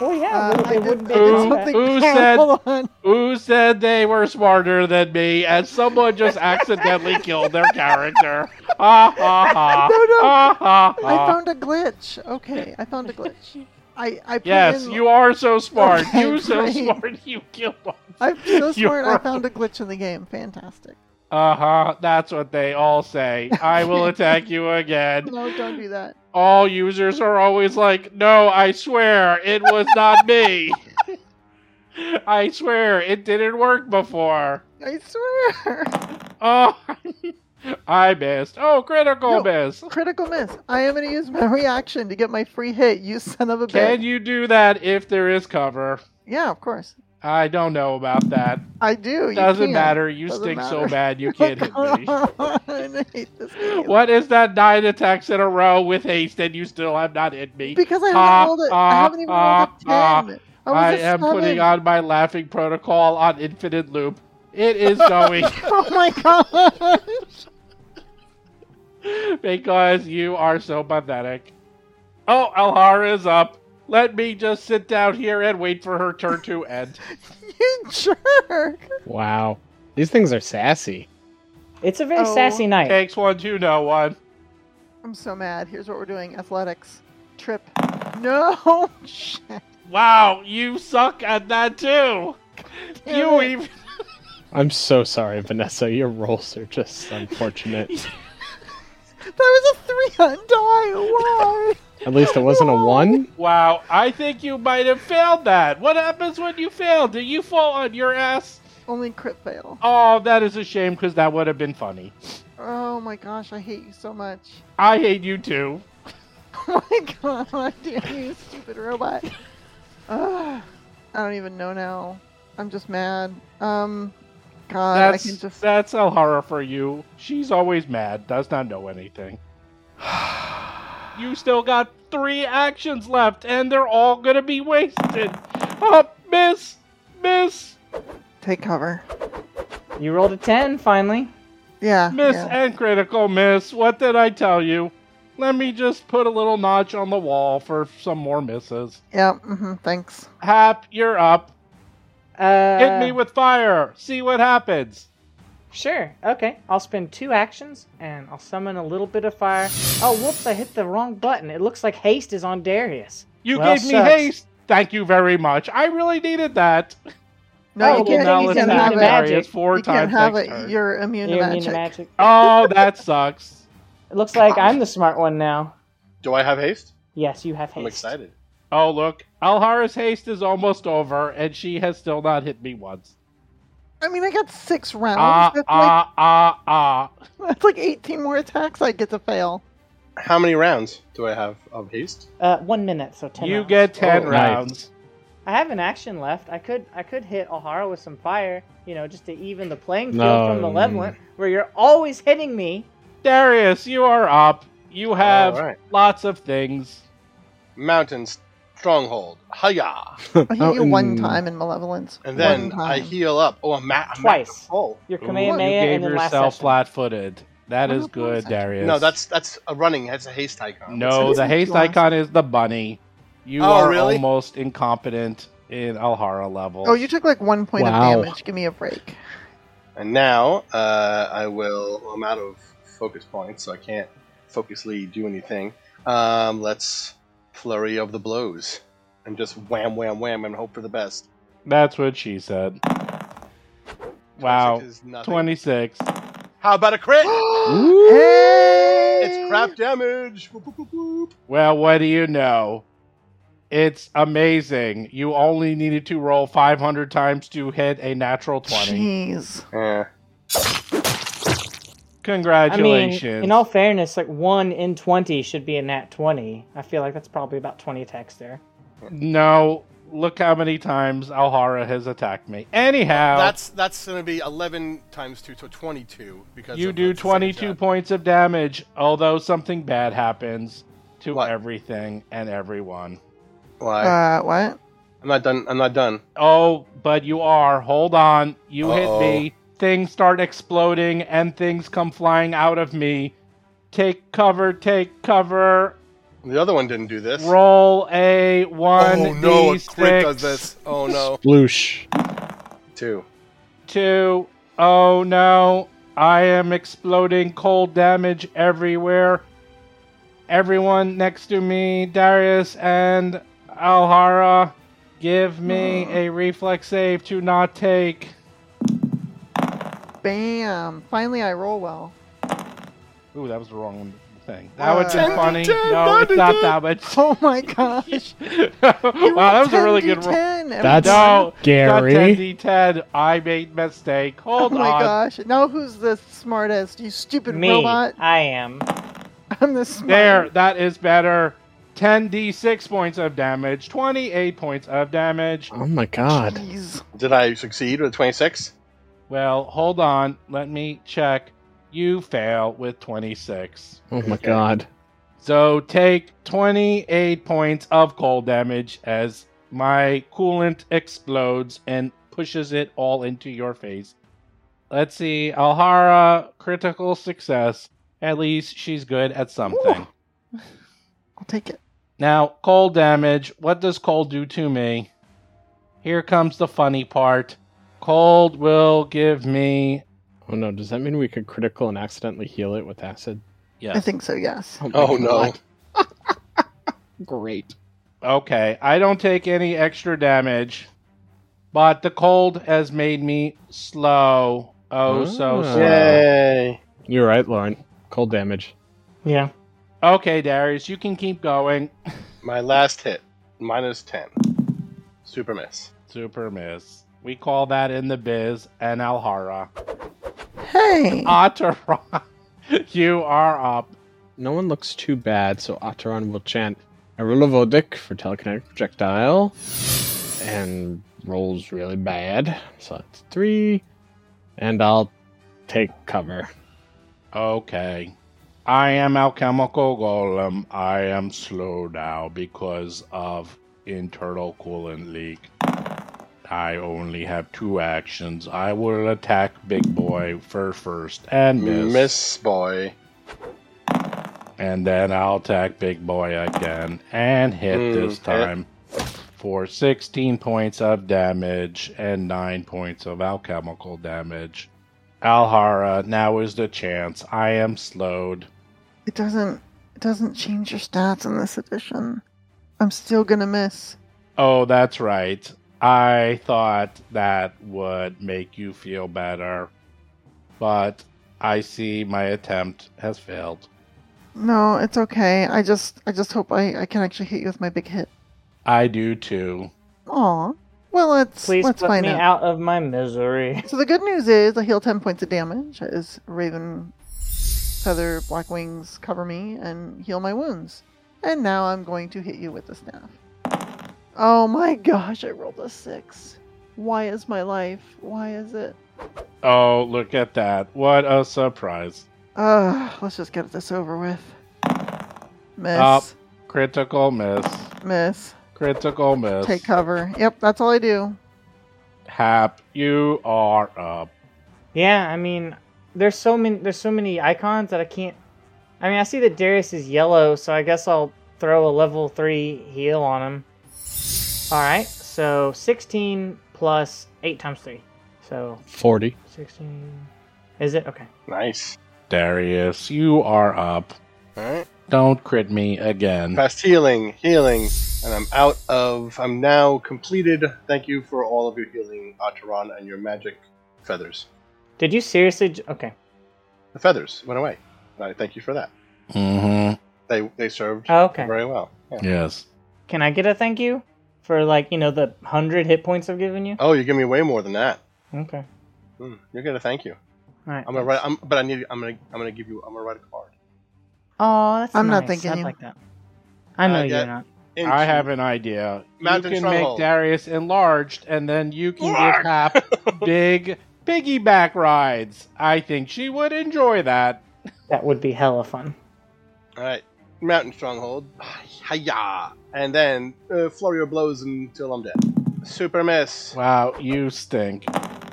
[SPEAKER 5] Oh, yeah,
[SPEAKER 6] Uh,
[SPEAKER 5] well,
[SPEAKER 6] I
[SPEAKER 5] it
[SPEAKER 6] did-
[SPEAKER 5] wouldn't be
[SPEAKER 6] I did
[SPEAKER 2] Who-
[SPEAKER 5] that
[SPEAKER 6] something-
[SPEAKER 2] who
[SPEAKER 6] bad.
[SPEAKER 2] said
[SPEAKER 6] Hold on.
[SPEAKER 2] Who said they were smarter than me and someone just accidentally killed their character? Ha ha ha.
[SPEAKER 6] No, no.
[SPEAKER 2] Ha ha
[SPEAKER 6] I
[SPEAKER 2] ha.
[SPEAKER 6] found a glitch. Okay, I found a glitch. I, I put
[SPEAKER 2] Yes,
[SPEAKER 6] in,
[SPEAKER 2] you are so smart.
[SPEAKER 6] Okay,
[SPEAKER 2] you so
[SPEAKER 6] great.
[SPEAKER 2] smart. You killed them.
[SPEAKER 6] I'm so
[SPEAKER 2] You're
[SPEAKER 6] smart. I
[SPEAKER 2] right.
[SPEAKER 6] found a glitch in the game. Fantastic.
[SPEAKER 2] Uh huh. That's what they all say. I will attack you again.
[SPEAKER 6] No, don't do that.
[SPEAKER 2] All users are always like, "No, I swear it was not me. I swear it didn't work before."
[SPEAKER 6] I swear.
[SPEAKER 2] Oh, I missed. Oh, critical
[SPEAKER 6] No.
[SPEAKER 2] miss.
[SPEAKER 6] Critical miss. I am going to use my reaction to get my free hit. You son of a
[SPEAKER 2] Can
[SPEAKER 6] bitch.
[SPEAKER 2] you do that if there is cover?
[SPEAKER 6] Yeah, of course.
[SPEAKER 2] I don't know about that.
[SPEAKER 6] I do. You
[SPEAKER 2] Doesn't
[SPEAKER 6] can.
[SPEAKER 2] matter. You
[SPEAKER 6] Doesn't
[SPEAKER 2] stink so
[SPEAKER 6] matter.
[SPEAKER 2] bad you can't hit me.
[SPEAKER 6] I hate this game.
[SPEAKER 2] What is that nine attacks in a row with haste and you still have not hit me?
[SPEAKER 6] Because I haven't
[SPEAKER 2] Ah,
[SPEAKER 6] rolled it.
[SPEAKER 2] ah,
[SPEAKER 6] I haven't even rolled a ten.
[SPEAKER 2] ah,
[SPEAKER 6] I, was
[SPEAKER 2] I
[SPEAKER 6] a
[SPEAKER 2] am putting
[SPEAKER 6] seven.
[SPEAKER 2] on my laughing protocol on infinite loop. It is going
[SPEAKER 6] Oh my god!
[SPEAKER 2] because you are so pathetic. Oh, Alhara is up. Let me just sit down here and wait for her turn to end.
[SPEAKER 6] you jerk!
[SPEAKER 3] Wow. These things are sassy.
[SPEAKER 5] It's a very
[SPEAKER 6] Oh,
[SPEAKER 5] sassy night.
[SPEAKER 2] Takes one to no one.
[SPEAKER 6] I'm so mad. Here's what we're doing: athletics trip. No shit.
[SPEAKER 2] Wow, you suck at that too. You
[SPEAKER 6] it.
[SPEAKER 2] even
[SPEAKER 3] I'm so sorry, Vanessa. Your rolls are just unfortunate.
[SPEAKER 6] That was a three on die. Why?
[SPEAKER 3] At least it wasn't a one.
[SPEAKER 2] Wow, I think you might have failed that. What happens when you fail? Do you fall on your ass?
[SPEAKER 6] Only crit fail.
[SPEAKER 2] Oh, that is a shame because that would have been funny.
[SPEAKER 6] Oh my gosh! I hate you so much.
[SPEAKER 2] I hate you too.
[SPEAKER 6] Oh my god! Why Damn you, stupid robot. Ugh. I don't even know now. I'm just mad. Um, God,
[SPEAKER 2] That's
[SPEAKER 6] I can just.
[SPEAKER 2] that's Elhara for you. She's always mad, does not know anything. you still got three actions left, and they're all gonna be wasted. Oh, miss, miss,
[SPEAKER 6] Take cover.
[SPEAKER 5] You rolled a 10 finally.
[SPEAKER 6] Yeah.
[SPEAKER 2] miss,
[SPEAKER 6] yeah.
[SPEAKER 2] and critical miss. What did I tell you? Let me just put a little notch on the wall for some more misses.
[SPEAKER 6] Yeah. hmm thanks.
[SPEAKER 2] Hap, you're up.
[SPEAKER 5] Uh,
[SPEAKER 2] Hit me with fire. See what happens.
[SPEAKER 5] Sure. Okay. I'll spend two actions and I'll summon a little bit of fire. Oh, whoops! I hit the wrong button. It looks like haste is on Darius.
[SPEAKER 2] You
[SPEAKER 5] Well,
[SPEAKER 2] gave me
[SPEAKER 5] shucks.
[SPEAKER 2] haste. Thank you very much. I really needed that.
[SPEAKER 5] Oh,
[SPEAKER 6] No, you
[SPEAKER 5] well,
[SPEAKER 6] can't.
[SPEAKER 5] now
[SPEAKER 6] you
[SPEAKER 5] let's
[SPEAKER 6] can't
[SPEAKER 5] have
[SPEAKER 6] have
[SPEAKER 5] it.
[SPEAKER 6] it.
[SPEAKER 5] magic.
[SPEAKER 2] Darius four
[SPEAKER 6] You can't
[SPEAKER 2] times
[SPEAKER 6] have
[SPEAKER 2] next
[SPEAKER 6] it.
[SPEAKER 2] turn.
[SPEAKER 6] You're immune to
[SPEAKER 5] You're immune
[SPEAKER 6] magic.
[SPEAKER 5] to magic.
[SPEAKER 2] Oh, that sucks.
[SPEAKER 5] It looks like I'm the smart one now.
[SPEAKER 4] Do I have haste?
[SPEAKER 5] Yes, you have haste.
[SPEAKER 4] I'm excited.
[SPEAKER 2] Oh, look. Alhara's haste is almost over, and she has still not hit me once.
[SPEAKER 6] I mean, I got six rounds.
[SPEAKER 2] Ah,
[SPEAKER 6] that's, like,
[SPEAKER 2] ah, ah, ah.
[SPEAKER 6] that's like 18 more attacks I get to fail.
[SPEAKER 4] How many rounds do I have of haste?
[SPEAKER 5] Uh, one minute, so ten.
[SPEAKER 2] You
[SPEAKER 5] rounds.
[SPEAKER 2] get 10
[SPEAKER 3] Oh, nice.
[SPEAKER 2] rounds.
[SPEAKER 5] I have an action left. I could I could hit O'Hara with some fire, you know, just to even the playing field
[SPEAKER 3] No.
[SPEAKER 5] from
[SPEAKER 2] mm.
[SPEAKER 5] Malevolent, where you're always hitting me.
[SPEAKER 2] Darius, you are up. You have
[SPEAKER 4] All right.
[SPEAKER 2] lots of things.
[SPEAKER 4] Mountain stronghold. Hiya!
[SPEAKER 6] I hit you one
[SPEAKER 3] Mountain.
[SPEAKER 6] time in Malevolence.
[SPEAKER 4] And then
[SPEAKER 6] One uh,
[SPEAKER 4] I
[SPEAKER 6] time.
[SPEAKER 4] heal up. Oh, I'm at I'm at
[SPEAKER 5] Twice.
[SPEAKER 4] full.
[SPEAKER 5] Your
[SPEAKER 2] you
[SPEAKER 5] Kamehameha
[SPEAKER 2] gave
[SPEAKER 5] and then last
[SPEAKER 2] yourself
[SPEAKER 5] session.
[SPEAKER 2] flat footed. That
[SPEAKER 6] What
[SPEAKER 2] is
[SPEAKER 6] about
[SPEAKER 2] good,
[SPEAKER 6] last session?
[SPEAKER 2] Darius.
[SPEAKER 4] No, that's that's a running. That's a haste icon.
[SPEAKER 2] No, the
[SPEAKER 6] Isn't it
[SPEAKER 2] haste
[SPEAKER 6] last-
[SPEAKER 2] icon is the bunny. You
[SPEAKER 4] Oh,
[SPEAKER 2] are
[SPEAKER 4] really?
[SPEAKER 2] almost incompetent in Alhara level.
[SPEAKER 6] Oh, you took like one point
[SPEAKER 3] Wow.
[SPEAKER 6] of damage. Give me a break.
[SPEAKER 4] And now uh, I will. I'm out of focus points, so I can't focusly do anything. Um, let's flurry of the blows and just wham, wham, wham, and hope for the best.
[SPEAKER 2] That's what she said. Wow.
[SPEAKER 4] 26 is nothing.
[SPEAKER 2] 26.
[SPEAKER 4] How about a crit?
[SPEAKER 6] Hey!
[SPEAKER 4] it's crap damage. Boop, boop, boop, boop.
[SPEAKER 2] Well, what do you know? It's amazing. You only needed to roll 500 times to hit a natural 20.
[SPEAKER 6] Jeez.
[SPEAKER 4] Yeah.
[SPEAKER 5] I mean,
[SPEAKER 2] Congratulations.
[SPEAKER 5] in all fairness, like one in twenty should be a nat twenty. I feel like that's probably about twenty attacks there.
[SPEAKER 2] no, look how many times Alhara has attacked me. Anyhow,
[SPEAKER 4] That's that's going to be 11 times 2, so 22. Because
[SPEAKER 2] you
[SPEAKER 4] of
[SPEAKER 2] do
[SPEAKER 4] the percentage
[SPEAKER 2] 22
[SPEAKER 4] attack.
[SPEAKER 2] points of damage, although something bad happens to
[SPEAKER 4] What?
[SPEAKER 2] everything and everyone.
[SPEAKER 4] Why?
[SPEAKER 6] Uh, what?
[SPEAKER 4] I'm not done. I'm not done.
[SPEAKER 2] Oh, but you are. Hold on. You
[SPEAKER 4] Uh-oh.
[SPEAKER 2] hit me. Things start exploding and things come flying out of me. Take cover, take cover.
[SPEAKER 4] The other one didn't do this.
[SPEAKER 2] Roll a one.
[SPEAKER 4] oh no! A
[SPEAKER 2] D6,
[SPEAKER 4] crit does this. Oh no.
[SPEAKER 3] Sploosh.
[SPEAKER 4] Two.
[SPEAKER 2] Two. Oh no. I am exploding cold damage everywhere. Everyone next to me, Darius and Alhara, give me
[SPEAKER 4] Hmm.
[SPEAKER 2] a reflex save to not take.
[SPEAKER 6] Bam! Finally, I roll well.
[SPEAKER 2] Ooh, that was the wrong thing. That would
[SPEAKER 6] Ten
[SPEAKER 2] be
[SPEAKER 6] to
[SPEAKER 2] funny.
[SPEAKER 4] ten,
[SPEAKER 2] No,
[SPEAKER 4] nine
[SPEAKER 2] it's
[SPEAKER 4] to
[SPEAKER 2] not
[SPEAKER 4] ten.
[SPEAKER 2] that much.
[SPEAKER 6] Oh my gosh! You
[SPEAKER 2] wow, that was
[SPEAKER 6] rolled
[SPEAKER 2] a really
[SPEAKER 6] 10
[SPEAKER 2] good roll.
[SPEAKER 6] D10 every
[SPEAKER 3] That's-
[SPEAKER 6] time.
[SPEAKER 2] No, not
[SPEAKER 3] Gary.
[SPEAKER 2] 10d10. I made mistake.
[SPEAKER 6] Oh
[SPEAKER 2] Hold
[SPEAKER 6] my
[SPEAKER 2] on.
[SPEAKER 6] gosh! Now who's the smartest? You stupid
[SPEAKER 5] Me,
[SPEAKER 6] robot!
[SPEAKER 5] I am.
[SPEAKER 6] I'm the smart.
[SPEAKER 2] There, that is better. 10d6 points of damage, 28 points of damage.
[SPEAKER 3] Oh my god.
[SPEAKER 6] Jeez.
[SPEAKER 4] Did I succeed with 26?
[SPEAKER 2] Well, hold on. Let me check. You fail with 26.
[SPEAKER 3] Oh my god.
[SPEAKER 2] So take 28 points of cold damage as my coolant explodes and pushes it all into your face. Let's see. Alhara, critical success. At least she's good at something.
[SPEAKER 6] I'll take it.
[SPEAKER 2] Now, cold damage. What does cold do to me? Here comes the funny part. Cold will give me.
[SPEAKER 3] Oh no, does that mean we could critical and accidentally heal it with acid?
[SPEAKER 6] I
[SPEAKER 2] Yes.
[SPEAKER 6] think so. Yes.
[SPEAKER 3] my
[SPEAKER 4] Oh, no.
[SPEAKER 3] God. Great.
[SPEAKER 2] Okay, I don't take any extra damage, but the cold has made me slow. Oh, so
[SPEAKER 3] Ah.
[SPEAKER 2] slow.
[SPEAKER 4] Yay!
[SPEAKER 3] You're right, Lauren. Cold damage.
[SPEAKER 5] Yeah.
[SPEAKER 2] Okay, Darius, you can keep going.
[SPEAKER 4] My last hit, minus 10. Super miss.
[SPEAKER 2] Super miss. We call that in the biz an Alhara.
[SPEAKER 6] Hey.
[SPEAKER 2] Ah. Atara, you are up.
[SPEAKER 3] No one looks too bad, so Ataran will chant Arulovodic for telekinetic projectile. And rolls really bad. So that's three. And I'll take cover.
[SPEAKER 2] Okay. I am alchemical golem. I am slow now because of internal coolant leak. I only have two actions. I will attack Big Boy for first and miss,
[SPEAKER 4] Miss, boy.
[SPEAKER 2] and then I'll attack Big Boy again and hit
[SPEAKER 4] Mm,
[SPEAKER 2] this
[SPEAKER 4] hit.
[SPEAKER 2] time for 16 points of damage and 9 points of alchemical damage. Alhara, now is the chance. I am slowed.
[SPEAKER 6] It doesn't. It doesn't change your stats in this edition. I'm still gonna miss.
[SPEAKER 2] Oh, that's right. I thought that would make you feel better. But I see my attempt has failed.
[SPEAKER 6] No, it's okay. I just. I just hope I. I can actually hit you with my big hit.
[SPEAKER 2] I do too.
[SPEAKER 6] Aw. Well, let's
[SPEAKER 5] Please
[SPEAKER 6] let's
[SPEAKER 5] put
[SPEAKER 6] find
[SPEAKER 5] me out
[SPEAKER 6] out.
[SPEAKER 5] of my misery.
[SPEAKER 6] So the good news is I heal 10 points of damage as Raven Feather Black Wings cover me and heal my wounds. And now I'm going to hit you with the staff. Oh my gosh, I rolled a 6. Why is my life? Why is it?
[SPEAKER 2] Oh, look at that. What a surprise.
[SPEAKER 6] Ugh, let's just get this over with. Miss.
[SPEAKER 2] Up. Critical miss.
[SPEAKER 6] Miss.
[SPEAKER 2] Critical miss.
[SPEAKER 6] Take cover. Yep, that's all I do.
[SPEAKER 2] Hap, you are up.
[SPEAKER 5] Yeah, I mean, there's so many there's so many icons that I can't. I mean, I see that Darius is yellow, so I guess I'll throw a level three heal on him. All right, so 16 plus eight times three, so
[SPEAKER 3] 40.
[SPEAKER 5] 16. Is it okay?
[SPEAKER 4] Nice.
[SPEAKER 2] Darius, you are up.
[SPEAKER 4] Alright.
[SPEAKER 2] Don't crit me again.
[SPEAKER 4] Fast healing, healing, and I'm out of. I'm now completed. Thank you for all of your healing, Ataran, and your magic feathers.
[SPEAKER 5] Did you seriously? j- Okay.
[SPEAKER 4] The feathers went away. And I thank you for that.
[SPEAKER 2] hmm
[SPEAKER 4] They they served
[SPEAKER 5] Oh, okay.
[SPEAKER 4] very well. Yeah.
[SPEAKER 2] Yes.
[SPEAKER 5] Can I get a thank you for like you know the hundred hit points I've given you?
[SPEAKER 4] Oh, you give me way more than that.
[SPEAKER 5] Okay.
[SPEAKER 4] Hmm, you're gonna thank you.
[SPEAKER 5] All right.
[SPEAKER 4] I'm gonna write. I'm, but I need. I'm gonna. I'm gonna give you. I'm gonna write a card.
[SPEAKER 5] Oh, that's
[SPEAKER 6] I'm not
[SPEAKER 5] nice.
[SPEAKER 6] thinking
[SPEAKER 5] I
[SPEAKER 6] you.
[SPEAKER 5] like that. I know
[SPEAKER 4] Uh,
[SPEAKER 5] you're
[SPEAKER 4] yeah.
[SPEAKER 5] not.
[SPEAKER 2] I
[SPEAKER 4] Into-
[SPEAKER 2] have an idea.
[SPEAKER 4] Mountain
[SPEAKER 2] you can
[SPEAKER 4] Stronghold.
[SPEAKER 2] make Darius enlarged, and then you can give Hap big piggyback rides. I think she would enjoy that.
[SPEAKER 5] That would be hella fun.
[SPEAKER 4] All right, mountain stronghold. Hiya! And then uh, Florio blows until I'm dead. Super miss.
[SPEAKER 2] Wow, you stink.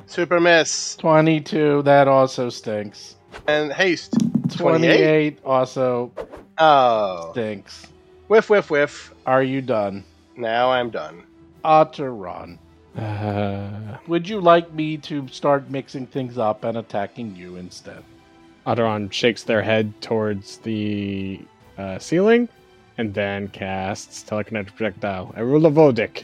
[SPEAKER 4] Super miss.
[SPEAKER 2] 22, that also stinks.
[SPEAKER 4] And haste.
[SPEAKER 2] 28
[SPEAKER 4] 28?
[SPEAKER 2] also
[SPEAKER 4] Oh.
[SPEAKER 2] stinks.
[SPEAKER 4] Whiff, whiff, whiff.
[SPEAKER 2] Are you done?
[SPEAKER 4] Now I'm done.
[SPEAKER 2] Otteron,
[SPEAKER 3] Uh,
[SPEAKER 2] would you like me to start mixing things up and attacking you instead?
[SPEAKER 3] Otteron shakes their head towards the uh, ceiling and then casts telekinetic projectile. A rule of Vodic.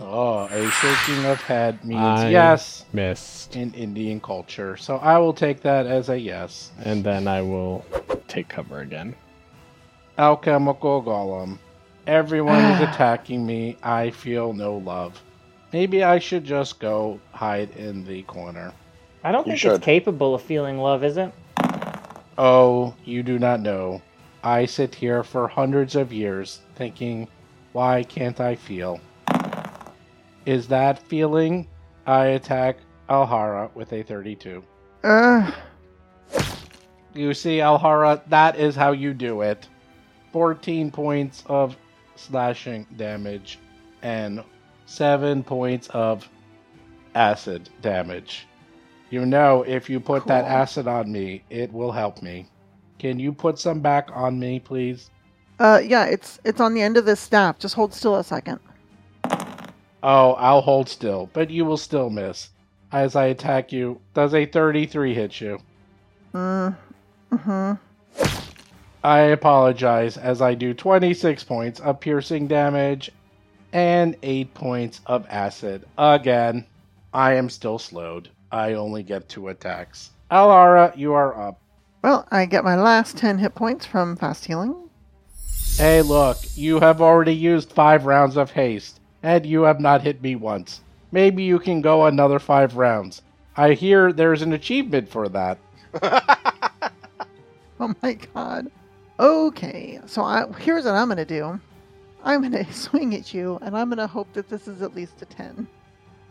[SPEAKER 2] Oh, a shaking of head means
[SPEAKER 3] I-
[SPEAKER 2] yes
[SPEAKER 3] Missed.
[SPEAKER 2] in Indian culture. So I will take that as a yes.
[SPEAKER 3] And then I will take cover again.
[SPEAKER 2] Alchemical Golem. Everyone is attacking me. I feel no love. Maybe I should just go hide in the corner.
[SPEAKER 5] I don't
[SPEAKER 4] You
[SPEAKER 5] think
[SPEAKER 4] should.
[SPEAKER 5] it's capable of feeling love, is it?
[SPEAKER 2] Oh, you do not know. I sit here for hundreds of years thinking, why can't I feel? Is that feeling? I attack Alhara with a 32.
[SPEAKER 6] Uh,
[SPEAKER 2] You see, Alhara, that is how you do it. 14 points of slashing damage and 7 points of acid damage. You know, if you put that
[SPEAKER 6] Cool.
[SPEAKER 2] acid on me, it will help me. Can you put some back on me, please?
[SPEAKER 6] uh, yeah, it's it's on the end of this staff. Just hold still a second.
[SPEAKER 2] Oh, I'll hold still, but you will still miss. As I attack you, does a 33 hit you?
[SPEAKER 6] Mm. Hmm.
[SPEAKER 2] I apologize as I do 26 points of piercing damage and 8 points of acid. Again, I am still slowed. I only get two attacks. Alara, you are up.
[SPEAKER 6] Well, I get my last ten hit points from fast healing.
[SPEAKER 2] Hey, look, you have already used 5 rounds of haste, and you have not hit me once. Maybe you can go another 5 rounds. I hear there's an achievement for that.
[SPEAKER 6] Oh my god. Okay, so I, here's what I'm gonna do. I'm gonna swing at you, and I'm gonna hope that this is at least a ten.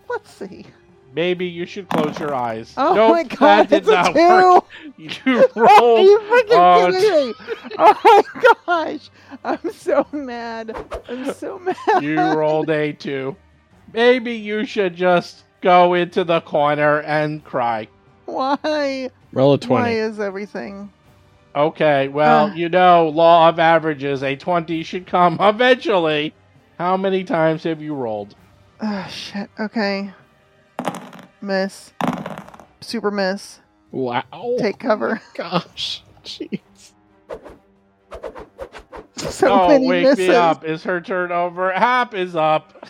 [SPEAKER 6] Let's see.
[SPEAKER 2] Maybe you should close your eyes.
[SPEAKER 6] Oh
[SPEAKER 2] Nope,
[SPEAKER 6] my god,
[SPEAKER 2] that did
[SPEAKER 6] it's a
[SPEAKER 2] not
[SPEAKER 6] two!
[SPEAKER 2] work. You
[SPEAKER 6] Are
[SPEAKER 2] rolled
[SPEAKER 6] you freaking
[SPEAKER 2] Oh,
[SPEAKER 6] kidding me? Oh my gosh, I'm so mad. I'm so mad.
[SPEAKER 2] you rolled a two. Maybe you should just go into the corner and cry.
[SPEAKER 6] Why?
[SPEAKER 3] Roll a
[SPEAKER 6] Why
[SPEAKER 3] 20.
[SPEAKER 6] is everything?
[SPEAKER 2] Okay, well,
[SPEAKER 6] Ah.
[SPEAKER 2] you know, law of averages, a 20 should come eventually. How many times have you rolled?
[SPEAKER 6] Oh shit. Okay. Miss. Super miss.
[SPEAKER 3] Wow.
[SPEAKER 6] Take cover.
[SPEAKER 3] Gosh. Jeez.
[SPEAKER 6] so
[SPEAKER 2] oh,
[SPEAKER 6] many
[SPEAKER 2] wake
[SPEAKER 6] misses.
[SPEAKER 2] me up. Is her turn over? Hap is up.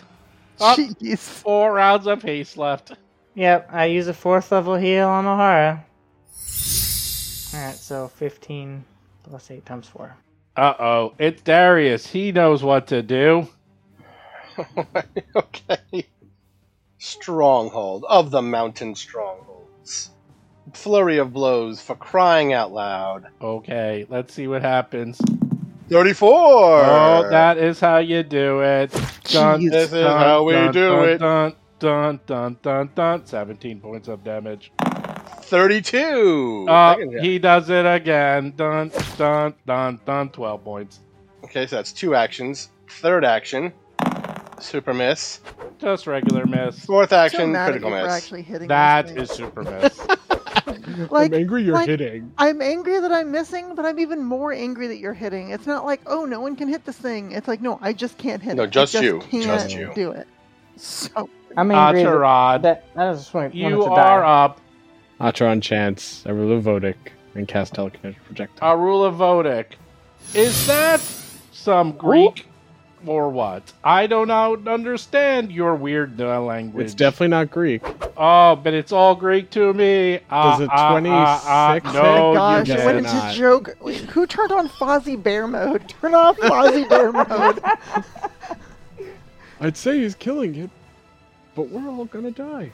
[SPEAKER 2] Up.
[SPEAKER 6] Jeez.
[SPEAKER 2] Four rounds of haste left.
[SPEAKER 5] Yep, I use a fourth level heal on O'Hara. Alright, so 15 plus 8 times 4.
[SPEAKER 2] Uh oh, it's Darius. He knows what to do.
[SPEAKER 4] okay. Stronghold of the mountain strongholds. Flurry of blows for crying out loud.
[SPEAKER 2] Okay, let's see what happens.
[SPEAKER 4] 34!
[SPEAKER 2] Oh, that is how you do it.
[SPEAKER 6] Jeez.
[SPEAKER 4] This is how we do
[SPEAKER 2] dun,
[SPEAKER 4] it.
[SPEAKER 2] Dun, dun, dun, dun, dun. 17 points of damage.
[SPEAKER 4] 32!
[SPEAKER 2] Uh,
[SPEAKER 4] Second hit.
[SPEAKER 2] he does it again. Dun, dun, dun, dun. 12 points.
[SPEAKER 4] okay, so that's two actions. Third action. Super miss.
[SPEAKER 2] Just regular miss.
[SPEAKER 4] Fourth
[SPEAKER 6] So
[SPEAKER 4] action,
[SPEAKER 6] mad at
[SPEAKER 4] critical
[SPEAKER 6] you for
[SPEAKER 4] miss.
[SPEAKER 6] actually hitting
[SPEAKER 2] That
[SPEAKER 6] this thing.
[SPEAKER 2] is super miss.
[SPEAKER 6] like
[SPEAKER 3] I'm angry you're
[SPEAKER 6] like-
[SPEAKER 3] hitting.
[SPEAKER 6] I'm angry that I'm missing, but I'm even more angry that you're hitting. It's not like oh no one can hit this thing. It's like no I just can't hit
[SPEAKER 4] No,
[SPEAKER 6] it. I
[SPEAKER 4] just you.
[SPEAKER 6] can't
[SPEAKER 4] Just you.
[SPEAKER 6] do it. So
[SPEAKER 5] I'm
[SPEAKER 4] Ah,
[SPEAKER 5] angry. that-
[SPEAKER 2] Atarod,
[SPEAKER 5] That, that is one.
[SPEAKER 2] Uh, you are up.
[SPEAKER 3] Atron chants a rule of Vodic and cast telekinetic projectile.
[SPEAKER 2] Arula Vodic. Is that some Greek or what? I do not understand your weird uh, language.
[SPEAKER 3] It's definitely not Greek.
[SPEAKER 2] Oh, but it's all Greek to me. Ah,
[SPEAKER 3] Does a
[SPEAKER 2] ah,
[SPEAKER 3] 26
[SPEAKER 2] ah, ah.
[SPEAKER 3] hit?
[SPEAKER 2] No,
[SPEAKER 6] my gosh,
[SPEAKER 2] you
[SPEAKER 3] did
[SPEAKER 6] what
[SPEAKER 2] didn't.
[SPEAKER 6] is
[SPEAKER 3] not.
[SPEAKER 6] this joke? Wait, Who turned on Fozzie Bear mode? Turn off Fozzie Bear mode.
[SPEAKER 3] I'd say he's killing it, but we're all gonna die.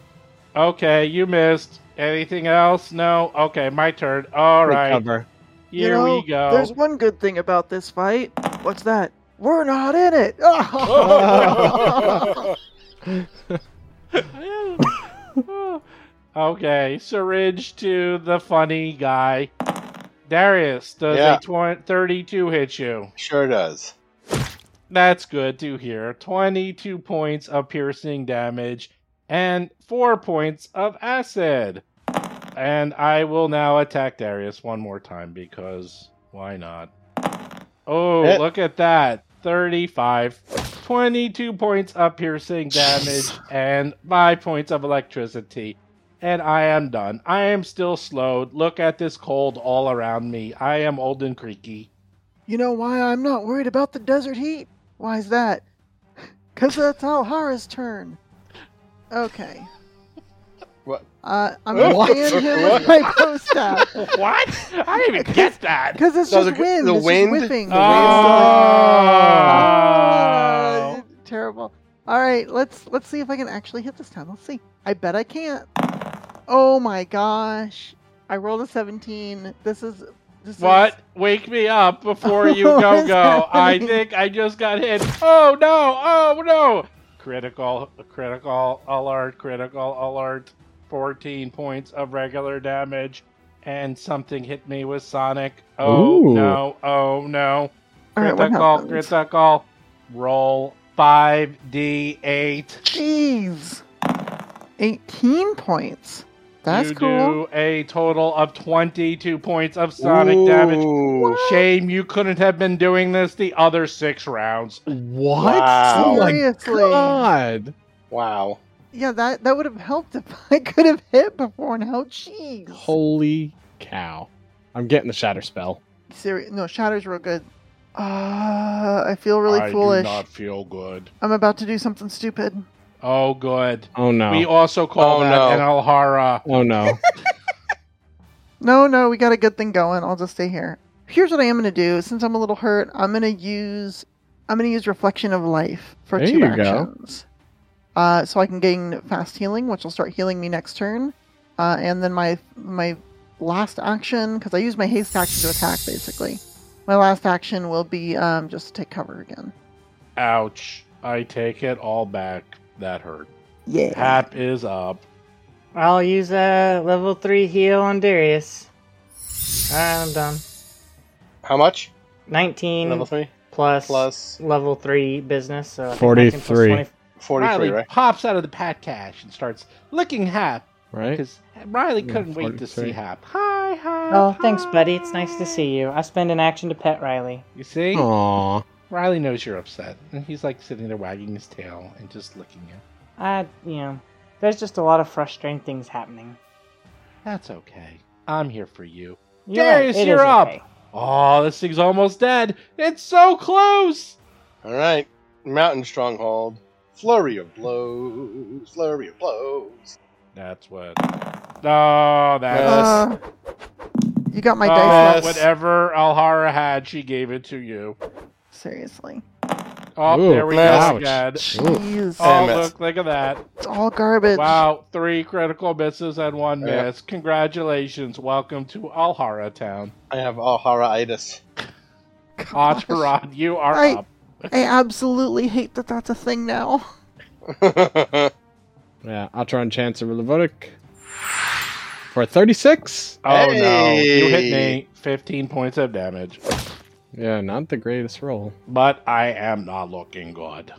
[SPEAKER 2] Okay, you missed. Anything else? No. Okay, my turn. All
[SPEAKER 3] Good
[SPEAKER 2] right.
[SPEAKER 3] cover.
[SPEAKER 6] You
[SPEAKER 2] Here
[SPEAKER 6] know,
[SPEAKER 2] we go.
[SPEAKER 6] There's one good thing about this fight. What's that? We're not in it. Oh.
[SPEAKER 2] okay, syringe to the funny guy. Darius, does
[SPEAKER 4] Yeah.
[SPEAKER 2] a tw- 32 hit you?
[SPEAKER 4] Sure does.
[SPEAKER 2] That's good to hear. 22 points of piercing damage and 4 points of acid. And I will now attack Darius one more time because why not? Oh,
[SPEAKER 4] Hit.
[SPEAKER 2] look at that. 35. 22 points of piercing damage and 5 points of electricity. And I am done. I am still slowed. Look at this cold all around me. I am old and creaky.
[SPEAKER 6] you know why I'm not worried about the desert heat? Why's that? Because that's Alhara's turn. Okay.
[SPEAKER 4] What?
[SPEAKER 6] Uh, I'm
[SPEAKER 4] What?
[SPEAKER 6] playing him with my post staff.
[SPEAKER 2] What? I didn't even get that.
[SPEAKER 6] Because it's
[SPEAKER 4] No,
[SPEAKER 6] just
[SPEAKER 4] the-
[SPEAKER 6] wind.
[SPEAKER 4] the
[SPEAKER 6] it's
[SPEAKER 4] wind- Oh.
[SPEAKER 6] Just whipping.
[SPEAKER 2] Oh.
[SPEAKER 6] Ah, terrible. All right, let's let's see if I can actually hit this time. Let's see. I bet I can't. Oh my gosh! I rolled a seventeen. This is this is
[SPEAKER 2] What? Wake me up before you
[SPEAKER 6] What
[SPEAKER 2] go
[SPEAKER 6] is
[SPEAKER 2] go. I
[SPEAKER 6] happening?
[SPEAKER 2] think I just got hit. Oh no! Oh no! Critical, critical alert, critical alert. 14 points of regular damage, and something hit me with Sonic. Oh
[SPEAKER 3] Ooh.
[SPEAKER 2] no! Oh no!
[SPEAKER 6] All right, what
[SPEAKER 2] Critical,
[SPEAKER 6] happened?
[SPEAKER 2] critical. Roll 5d8.
[SPEAKER 6] Jeez, eighteen points. That's
[SPEAKER 2] you
[SPEAKER 6] cool.
[SPEAKER 2] do a total of 22 points of Sonic damage.
[SPEAKER 4] Ooh.
[SPEAKER 2] Shame you couldn't have been doing this the other six rounds.
[SPEAKER 3] What?
[SPEAKER 4] Wow.
[SPEAKER 3] Oh my
[SPEAKER 6] Seriously.
[SPEAKER 3] god.
[SPEAKER 4] Wow.
[SPEAKER 6] Yeah, that that would have helped if I could have hit before now. Jeez.
[SPEAKER 3] Holy cow. I'm getting the shatter spell.
[SPEAKER 6] Seri- no, Shatter's real good. Uh, I feel really
[SPEAKER 2] I
[SPEAKER 6] foolish.
[SPEAKER 2] do not feel good.
[SPEAKER 6] I'm about to do something stupid.
[SPEAKER 2] Oh, good.
[SPEAKER 3] Oh no.
[SPEAKER 2] We also call
[SPEAKER 4] Oh,
[SPEAKER 2] that
[SPEAKER 4] no.
[SPEAKER 2] an Alhara.
[SPEAKER 3] oh no.
[SPEAKER 6] No, no, we got a good thing going. I'll just stay here. Here's what I am gonna do. Since I'm a little hurt, I'm gonna use I'm gonna use Reflection of Life for
[SPEAKER 3] There
[SPEAKER 6] two
[SPEAKER 3] you go.
[SPEAKER 6] actions. Uh, so I can gain fast healing, which will start healing me next turn. Uh, and then my my last action, because I use my haste action to attack, basically. My last action will be um, just to take cover again.
[SPEAKER 2] Ouch. I take it all back. That hurt.
[SPEAKER 6] Yeah.
[SPEAKER 2] Hap is up.
[SPEAKER 5] I'll use a level 3 heal on Darius. Alright, I'm done.
[SPEAKER 4] How much?
[SPEAKER 5] 19
[SPEAKER 4] Level
[SPEAKER 2] Mm.
[SPEAKER 4] three
[SPEAKER 5] plus,
[SPEAKER 4] plus
[SPEAKER 5] level 3 business. So I think 19 plus
[SPEAKER 3] 43.
[SPEAKER 5] 20
[SPEAKER 4] forty-three,
[SPEAKER 2] Riley
[SPEAKER 4] right?
[SPEAKER 2] pops out of the pat cache and starts licking Hap
[SPEAKER 3] Right?
[SPEAKER 2] because Riley
[SPEAKER 3] Yeah,
[SPEAKER 2] couldn't wait to see
[SPEAKER 3] 43.
[SPEAKER 2] Hap. Hi, hi.
[SPEAKER 5] Oh, thanks,
[SPEAKER 2] hi.
[SPEAKER 5] buddy. It's nice to see you. I spend an action to pet Riley.
[SPEAKER 2] You see?
[SPEAKER 3] Aw.
[SPEAKER 2] Riley knows you're upset. And he's like sitting there wagging his tail and just licking you.
[SPEAKER 5] I, you know, there's just a lot of frustrating things happening.
[SPEAKER 2] That's okay. I'm here for you.
[SPEAKER 5] You're right,
[SPEAKER 2] Darius,
[SPEAKER 5] it is
[SPEAKER 2] you're up.
[SPEAKER 5] okay.
[SPEAKER 2] Oh, this thing's almost dead. It's so close.
[SPEAKER 4] All right. Mountain stronghold. Flurry of blows. Flurry of blows.
[SPEAKER 2] That's what. Oh, that's.
[SPEAKER 4] Yes.
[SPEAKER 6] Uh, you got my
[SPEAKER 2] oh,
[SPEAKER 6] dice. Left.
[SPEAKER 2] whatever Alhara had, she gave it to you.
[SPEAKER 6] Seriously.
[SPEAKER 2] Oh,
[SPEAKER 3] Ooh,
[SPEAKER 2] there we
[SPEAKER 4] ouch.
[SPEAKER 2] go again.
[SPEAKER 3] Ooh.
[SPEAKER 6] Jeez.
[SPEAKER 2] Oh,
[SPEAKER 4] Damn it.
[SPEAKER 2] look, look at that.
[SPEAKER 6] It's all garbage.
[SPEAKER 2] Wow, three critical misses and one
[SPEAKER 4] Yeah.
[SPEAKER 2] miss. Congratulations. Welcome to Alhara Town.
[SPEAKER 4] I have Alharaitis.
[SPEAKER 6] Gosh.
[SPEAKER 2] Atarad, you are
[SPEAKER 6] I-
[SPEAKER 2] up.
[SPEAKER 6] I absolutely hate that that's a thing now.
[SPEAKER 3] Yeah, Atron Chance of Levotic. For 36?
[SPEAKER 2] Oh, no. You hit
[SPEAKER 4] Hey.
[SPEAKER 2] me. 15 points of damage.
[SPEAKER 3] Yeah, not the greatest roll.
[SPEAKER 2] But I am not looking good.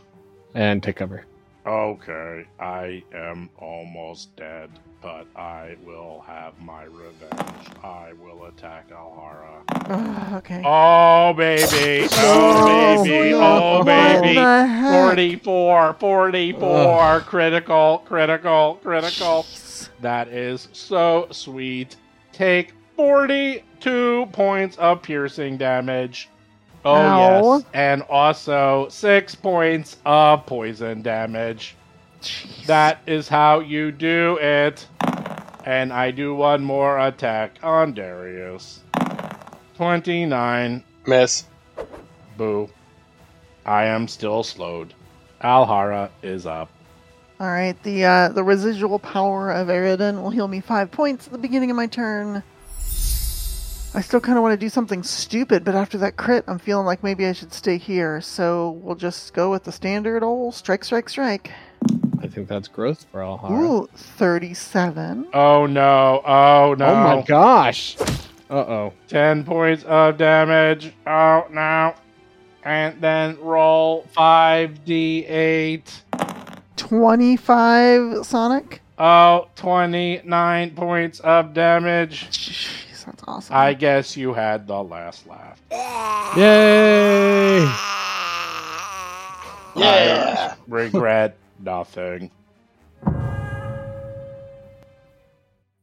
[SPEAKER 3] And take cover.
[SPEAKER 2] Okay, I am almost dead, but I will have my revenge. I will attack Alhara.
[SPEAKER 6] Ugh, okay.
[SPEAKER 2] Oh, baby! Oh, baby! Oh,
[SPEAKER 6] what
[SPEAKER 2] baby!
[SPEAKER 6] the heck?
[SPEAKER 2] 44, 44, critical, critical, critical.
[SPEAKER 6] Jeez.
[SPEAKER 2] That is so sweet. Take 42 points of piercing damage. Oh,
[SPEAKER 6] Ow.
[SPEAKER 2] yes. And also 6 points of poison damage.
[SPEAKER 6] Jeez.
[SPEAKER 2] That is how you do it. And I do one more attack on Darius. 29.
[SPEAKER 4] Miss.
[SPEAKER 2] Boo. I am still slowed. Alhara is up.
[SPEAKER 6] All right, the uh, the residual power of Eridan will heal me five points at the beginning of my turn. I still kind of want to do something stupid, but after that crit, I'm feeling like maybe I should stay here. So we'll just go with the standard old strike, strike, strike.
[SPEAKER 3] I think that's growth for Alhara.
[SPEAKER 6] Ooh, 37.
[SPEAKER 2] Oh no! Oh no!
[SPEAKER 3] Oh my gosh. Uh oh.
[SPEAKER 2] Ten points of damage. Oh no! And then roll five d eight.
[SPEAKER 6] 25 Sonic.
[SPEAKER 2] Oh, 29 points of damage.
[SPEAKER 6] Jeez, that's awesome.
[SPEAKER 2] I guess you had the last laugh.
[SPEAKER 3] Yay!
[SPEAKER 4] Yeah.
[SPEAKER 2] Regret nothing.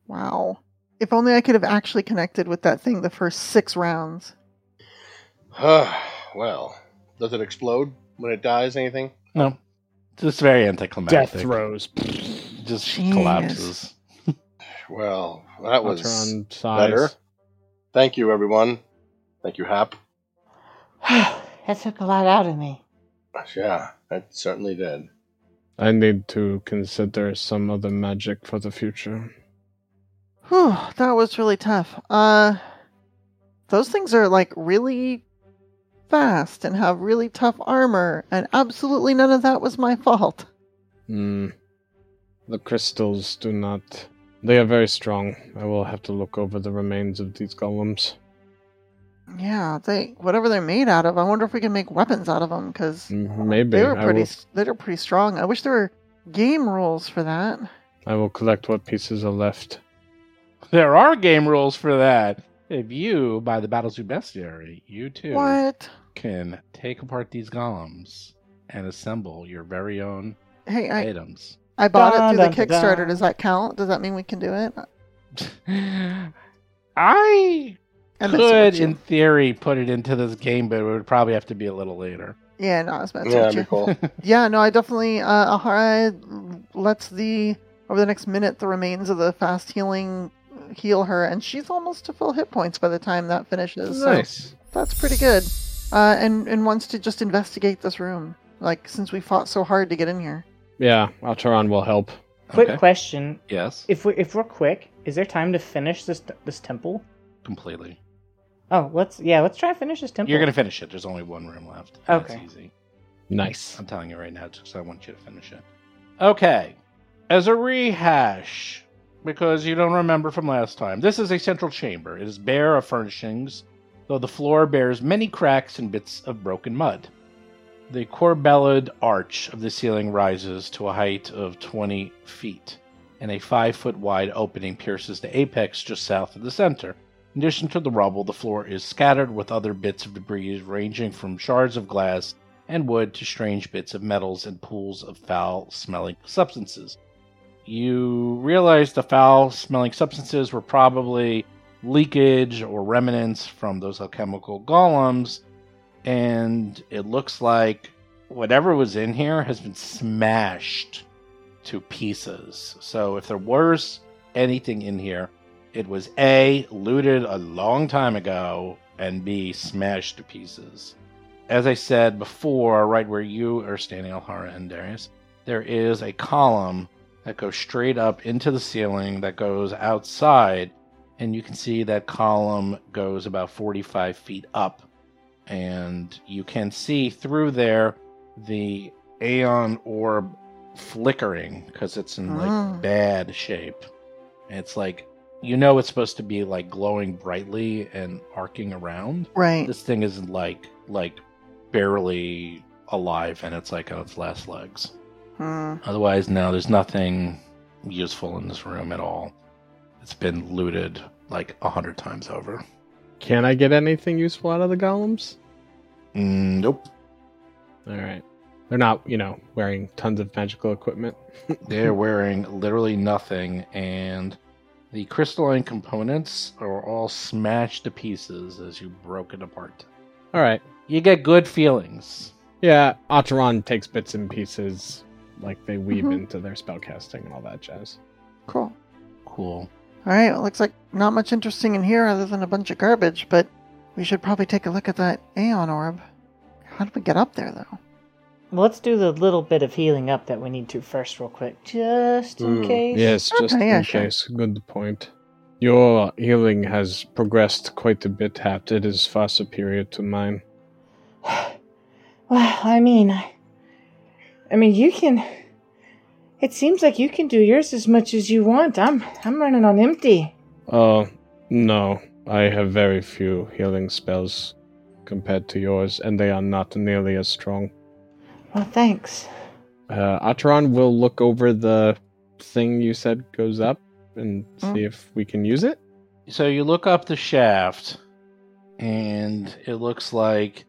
[SPEAKER 6] Wow. If only I could have actually connected with that thing the first six rounds.
[SPEAKER 4] well, does it explode when it dies? Anything?
[SPEAKER 2] No, just very anticlimactic.
[SPEAKER 3] Death throws.
[SPEAKER 2] Just
[SPEAKER 6] Jeez.
[SPEAKER 2] collapses.
[SPEAKER 4] Well, that was.
[SPEAKER 3] Ultron size.
[SPEAKER 4] better. Thank you, everyone. Thank you, Hap.
[SPEAKER 5] that took a lot out of me.
[SPEAKER 4] Yeah, that certainly did.
[SPEAKER 3] I need to consider some other magic for the future.
[SPEAKER 6] Whew, that was really tough. Uh, those things are like really fast and have really tough armor, and absolutely none of that was my fault.
[SPEAKER 3] Hmm. The crystals do not. They are very strong. I will have to look over the remains of these golems.
[SPEAKER 6] Yeah, they whatever they're made out of. I wonder if we can make weapons out of them because
[SPEAKER 3] Mm, Maybe
[SPEAKER 6] they were
[SPEAKER 3] I
[SPEAKER 6] pretty.
[SPEAKER 3] will.
[SPEAKER 6] They were pretty strong. I wish there were game rules for that.
[SPEAKER 3] I will collect what pieces are left.
[SPEAKER 2] There are game rules for that. If you buy the Battle's Bestiary, you too
[SPEAKER 6] What?
[SPEAKER 2] can take apart these golems and assemble your very own
[SPEAKER 6] Hey, I
[SPEAKER 2] items.
[SPEAKER 6] I bought it through the
[SPEAKER 5] Dun, dun, dun.
[SPEAKER 6] Kickstarter. Does that count? Does that mean we can do it?
[SPEAKER 2] I
[SPEAKER 6] I messed
[SPEAKER 2] could,
[SPEAKER 6] with you.
[SPEAKER 2] in theory, put it into this game, but it would probably have to be a little later.
[SPEAKER 6] Yeah, no, I was messing
[SPEAKER 4] yeah,
[SPEAKER 6] with
[SPEAKER 4] that'd
[SPEAKER 6] you.
[SPEAKER 4] be cool.
[SPEAKER 6] Yeah, no, I definitely. Uh, Ahara lets the over the next minute the remains of the fast healing heal her, and she's almost to full hit points by the time that finishes. so that's pretty good. Uh, and and wants to just investigate this room, like since we fought so hard to get in here.
[SPEAKER 3] Yeah, Alteron will help.
[SPEAKER 5] Quick
[SPEAKER 2] Okay.
[SPEAKER 5] question:
[SPEAKER 2] Yes,
[SPEAKER 5] If we if we're quick, is there time to finish this this temple?
[SPEAKER 2] completely.
[SPEAKER 5] Oh, let's yeah, let's try and finish this temple.
[SPEAKER 2] You're gonna finish it. There's only one room left. and
[SPEAKER 5] Okay.
[SPEAKER 2] It's easy.
[SPEAKER 3] Nice.
[SPEAKER 2] I'm telling you right now, because I want you to finish it. Okay. As a rehash, because you don't remember from last time, this is a central chamber. It is bare of furnishings, though the floor bears many cracks and bits of broken mud. The corbelled arch of the ceiling rises to a height of 20 feet, and a five foot wide opening pierces the apex just south of the center. In addition to the rubble, the floor is scattered with other bits of debris ranging from shards of glass and wood to strange bits of metals and pools of foul smelling substances. You realize the foul smelling substances were probably leakage or remnants from those alchemical golems, and it looks like whatever was in here has been smashed to pieces. So if there was anything in here, it was A, looted a long time ago, and B, smashed to pieces as I said before, right where you are standing, Alhara and Darius, there is a column that goes straight up into the ceiling that goes outside, and you can see that column goes about 45 feet up. And you can see through there the Aeon orb flickering because it's in like
[SPEAKER 6] Ah.
[SPEAKER 2] bad shape. And it's like, you know, it's supposed to be like glowing brightly and arcing around
[SPEAKER 6] Right.
[SPEAKER 2] this thing is like like barely alive and it's like on its last legs
[SPEAKER 6] Hmm.
[SPEAKER 2] otherwise no there's nothing useful in this room at all it's been looted like a hundred times over
[SPEAKER 3] Can I get anything useful out of the golems?
[SPEAKER 2] Mm, nope
[SPEAKER 3] All right. They're not, you know, wearing tons of magical equipment.
[SPEAKER 2] they're wearing literally nothing and the crystalline components are all smashed to pieces as you broke it apart
[SPEAKER 3] All right.
[SPEAKER 2] you get good feelings
[SPEAKER 3] Yeah, Acheron takes bits and pieces, like they weave
[SPEAKER 6] Mhm.
[SPEAKER 3] into their spellcasting and all that jazz.
[SPEAKER 6] Cool.
[SPEAKER 2] cool
[SPEAKER 6] All right. Well, looks like not much interesting in here other than a bunch of garbage. But we should probably take a look at that Aeon orb. How do we get up there though?
[SPEAKER 5] Let's do the little bit of healing up that we need to first, real quick, just in
[SPEAKER 4] Hmm.
[SPEAKER 5] case.
[SPEAKER 3] Yes, just
[SPEAKER 6] Okay,
[SPEAKER 3] in
[SPEAKER 6] yeah, sure.
[SPEAKER 3] case. Good point. Your healing has progressed quite a bit, Hapt. It is far superior to mine.
[SPEAKER 5] Well, I mean, I, I mean, you can. It seems like you can do yours as much as you want. I'm, I'm running on empty.
[SPEAKER 3] Oh, no. I have very few healing spells compared to yours, and they are not nearly as strong.
[SPEAKER 5] Well, thanks.
[SPEAKER 3] Uh, Atron will look over the thing you said goes up and
[SPEAKER 6] Oh.
[SPEAKER 3] see if we can use it.
[SPEAKER 2] So you look up the shaft, and it looks like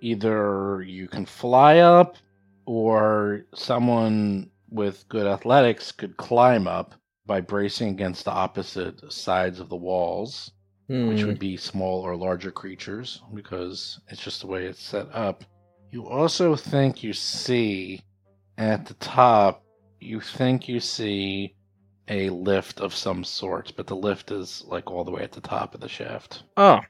[SPEAKER 2] either you can fly up, or someone with good athletics could climb up by bracing against the opposite sides of the walls,
[SPEAKER 6] Hmm.
[SPEAKER 2] which would be small or larger creatures, because it's just the way it's set up. You also think you see at the top, you think you see a lift of some sort, but the lift is like all the way at the top of the shaft.
[SPEAKER 3] Oh,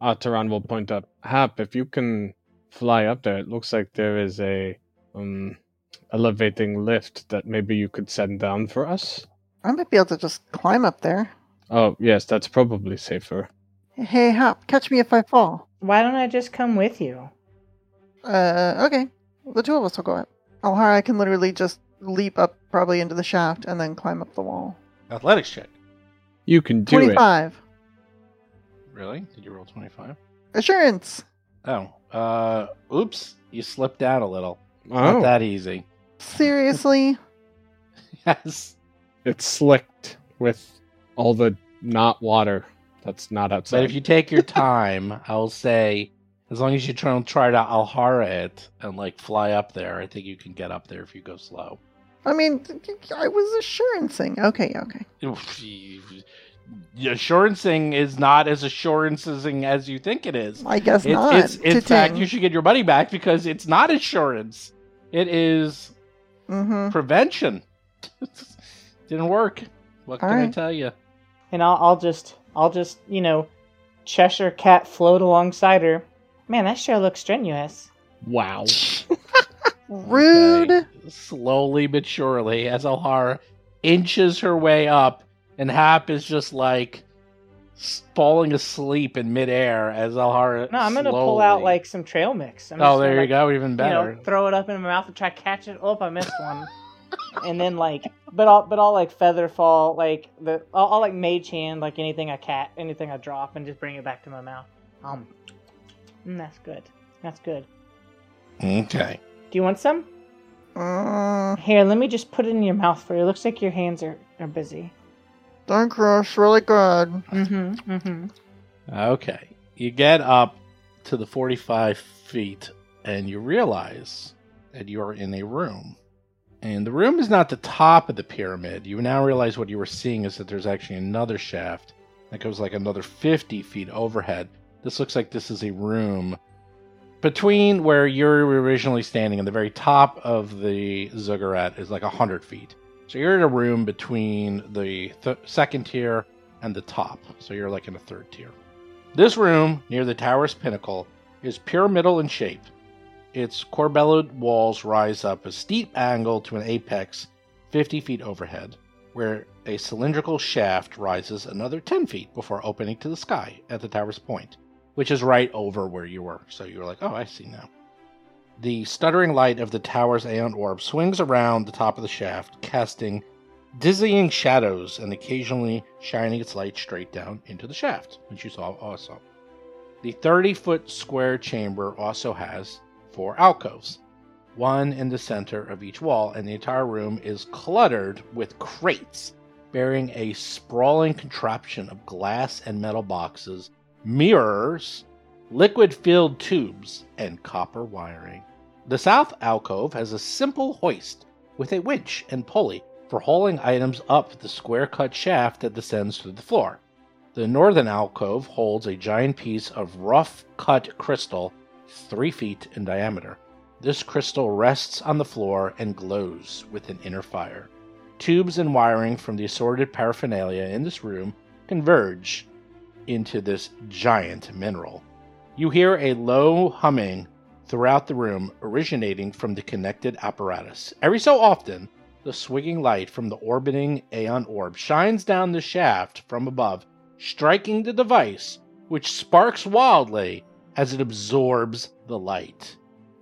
[SPEAKER 3] Ataran will point up. Hap, if you can fly up there, it looks like there is a um elevating lift that maybe you could send down for us.
[SPEAKER 6] I might be able to just climb up there.
[SPEAKER 3] Oh, yes, that's probably safer.
[SPEAKER 6] Hey, Hop, catch me if I fall.
[SPEAKER 5] Why don't I just come with you?
[SPEAKER 6] Uh, okay. The two of us will go up. Alhara can literally just leap up probably into the shaft and then climb up the wall.
[SPEAKER 2] Athletics check.
[SPEAKER 3] You can do it.
[SPEAKER 6] 25.
[SPEAKER 2] Really? Did you roll 25?
[SPEAKER 6] Assurance.
[SPEAKER 2] Oh, uh, oops. You slipped down a little.
[SPEAKER 3] Oh,
[SPEAKER 2] Not that easy.
[SPEAKER 6] Seriously?
[SPEAKER 2] Yes.
[SPEAKER 3] it's slicked with all the not water that's not outside.
[SPEAKER 2] But if you take your time, I'll say, as long as you try and try to Alhara it and like fly up there, I think you can get up there if you go slow.
[SPEAKER 6] I mean, I was assurancing. Okay, okay.
[SPEAKER 2] Assuring is not as assurancing as you think it is.
[SPEAKER 6] I guess
[SPEAKER 2] It's,
[SPEAKER 6] not.
[SPEAKER 2] it's in fact,
[SPEAKER 6] Ting.
[SPEAKER 2] you should get your money back because it's not insurance. It is Mm-hmm.
[SPEAKER 6] Mhm.
[SPEAKER 2] prevention. Didn't work. What
[SPEAKER 6] All
[SPEAKER 2] can I
[SPEAKER 6] right.
[SPEAKER 2] tell you?
[SPEAKER 5] And I'll, I'll just, I'll just, you know, Cheshire cat float alongside her. Man, that sure looks strenuous.
[SPEAKER 3] wow.
[SPEAKER 6] Rude.
[SPEAKER 2] Okay. Slowly but surely, as Alhara inches her way up, and Hap is just like s- falling asleep in midair as Alhara.
[SPEAKER 5] No, I'm gonna pull out
[SPEAKER 2] slowly-
[SPEAKER 5] like some trail mix. I'm
[SPEAKER 2] Oh,
[SPEAKER 5] just
[SPEAKER 2] there
[SPEAKER 5] gonna,
[SPEAKER 2] you go. Even
[SPEAKER 5] like,
[SPEAKER 2] better.
[SPEAKER 5] You know, throw it up in my mouth and try to catch it. Oh, I missed one. and then like, but I'll but I'll like feather fall like the I'll, I'll like mage hand like anything I cat anything I drop and just bring it back to my mouth. Um, mm, that's good. That's good.
[SPEAKER 2] Okay.
[SPEAKER 5] Do you want some?
[SPEAKER 6] Mm,
[SPEAKER 5] Here, let me just put it in your mouth for you. It looks like your hands are are busy.
[SPEAKER 6] don't crush really good.
[SPEAKER 5] Mm-hmm. Mm-hmm.
[SPEAKER 2] Okay. You get up to the 45 feet and you realize that you are in a room. And the room is not the top of the pyramid. You now realize what you were seeing is that there's actually another shaft that goes like another 50 feet overhead. This looks like this is a room between where you're originally standing and the very top of the ziggurat is like 100 feet. So you're in a room between the th- second tier and the top. So you're like in a third tier. This room, near the tower's pinnacle, is pyramidal in shape. Its corbelled walls rise up a steep angle to an apex 50 feet overhead, where a cylindrical shaft rises another 10 feet before opening to the sky at the tower's point, which is right over where you were. So you're like, oh, I see now. The stuttering light of the tower's aeon orb swings around the top of the shaft, casting dizzying shadows and occasionally shining its light straight down into the shaft, which you saw also. The 30 foot square chamber also has four alcoves, one in the center of each wall, and the entire room is cluttered with crates bearing a sprawling contraption of glass and metal boxes, mirrors, liquid filled tubes, and copper wiring. The south alcove has a simple hoist with a winch and pulley for hauling items up the square cut shaft that descends through the floor. The northern alcove holds a giant piece of rough cut crystal, three feet in diameter. This crystal rests on the floor and glows with an inner fire. Tubes and wiring from the assorted paraphernalia in this room converge into this giant mineral. You hear a low humming throughout the room originating from the connected apparatus. Every so often, the swinging light from the orbiting Aeon orb shines down the shaft from above, striking the device, which sparks wildly as it absorbs the light.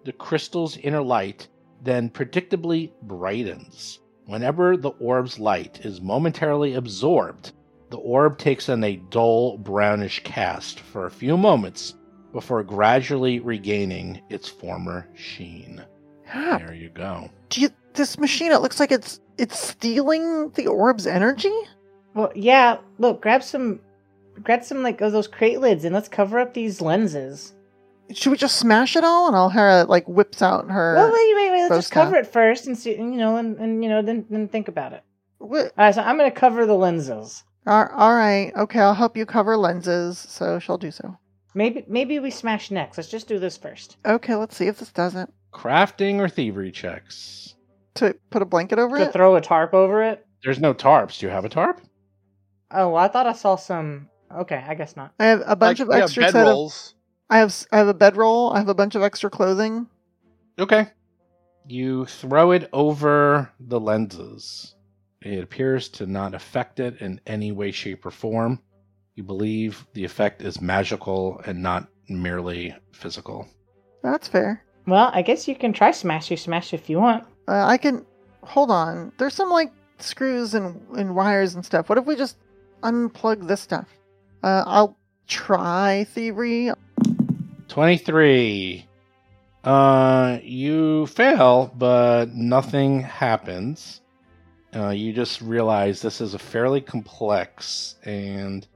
[SPEAKER 2] The crystal's inner light then predictably brightens. Whenever the orb's light is momentarily absorbed, the orb takes on a dull brownish cast for a few moments before gradually regaining its former sheen.
[SPEAKER 6] Ah,
[SPEAKER 2] There you go.
[SPEAKER 6] Do you, this machine, it looks like it's it's stealing the orb's energy?
[SPEAKER 5] Well, yeah. Look, grab some, grab some like of those crate lids, and let's cover up these lenses.
[SPEAKER 6] Should we just smash it all? And Alhara, like, whips out her.
[SPEAKER 5] Well, wait, wait, wait. Let's just
[SPEAKER 6] Bosca.
[SPEAKER 5] cover it first, and see, you know, and, and you know, then then think about it.
[SPEAKER 6] Wh-
[SPEAKER 5] All right, so I'm gonna cover the lenses.
[SPEAKER 6] Ar- all right. Okay, I'll help you cover lenses. So she'll do so.
[SPEAKER 5] Maybe maybe we smash next. Let's just do this first.
[SPEAKER 6] Okay, let's see if this doesn't.
[SPEAKER 2] Crafting or thievery checks?
[SPEAKER 6] To put a blanket over
[SPEAKER 5] To
[SPEAKER 6] it?
[SPEAKER 5] throw a tarp over it.
[SPEAKER 2] There's no tarps. Do you have a tarp?
[SPEAKER 5] Oh, I thought I saw some. Okay, I guess not.
[SPEAKER 6] I have a bunch
[SPEAKER 4] Like,
[SPEAKER 6] of
[SPEAKER 4] yeah,
[SPEAKER 6] extra
[SPEAKER 4] bed
[SPEAKER 6] set of.
[SPEAKER 4] rolls.
[SPEAKER 6] I have s- I have a bedroll. I have a bunch of extra clothing.
[SPEAKER 2] Okay. You throw it over the lenses. It appears to not affect it in any way, shape, or form. You believe the effect is magical and not merely physical.
[SPEAKER 6] That's fair.
[SPEAKER 5] Well, I guess you can try smashy smash if you want.
[SPEAKER 6] Uh, I can hold on. There's some like screws and and wires and stuff. What if we just unplug this stuff? Uh, I'll try thievery.
[SPEAKER 2] 23. Uh, you fail, but nothing happens. Uh, you just realize this is a fairly complex and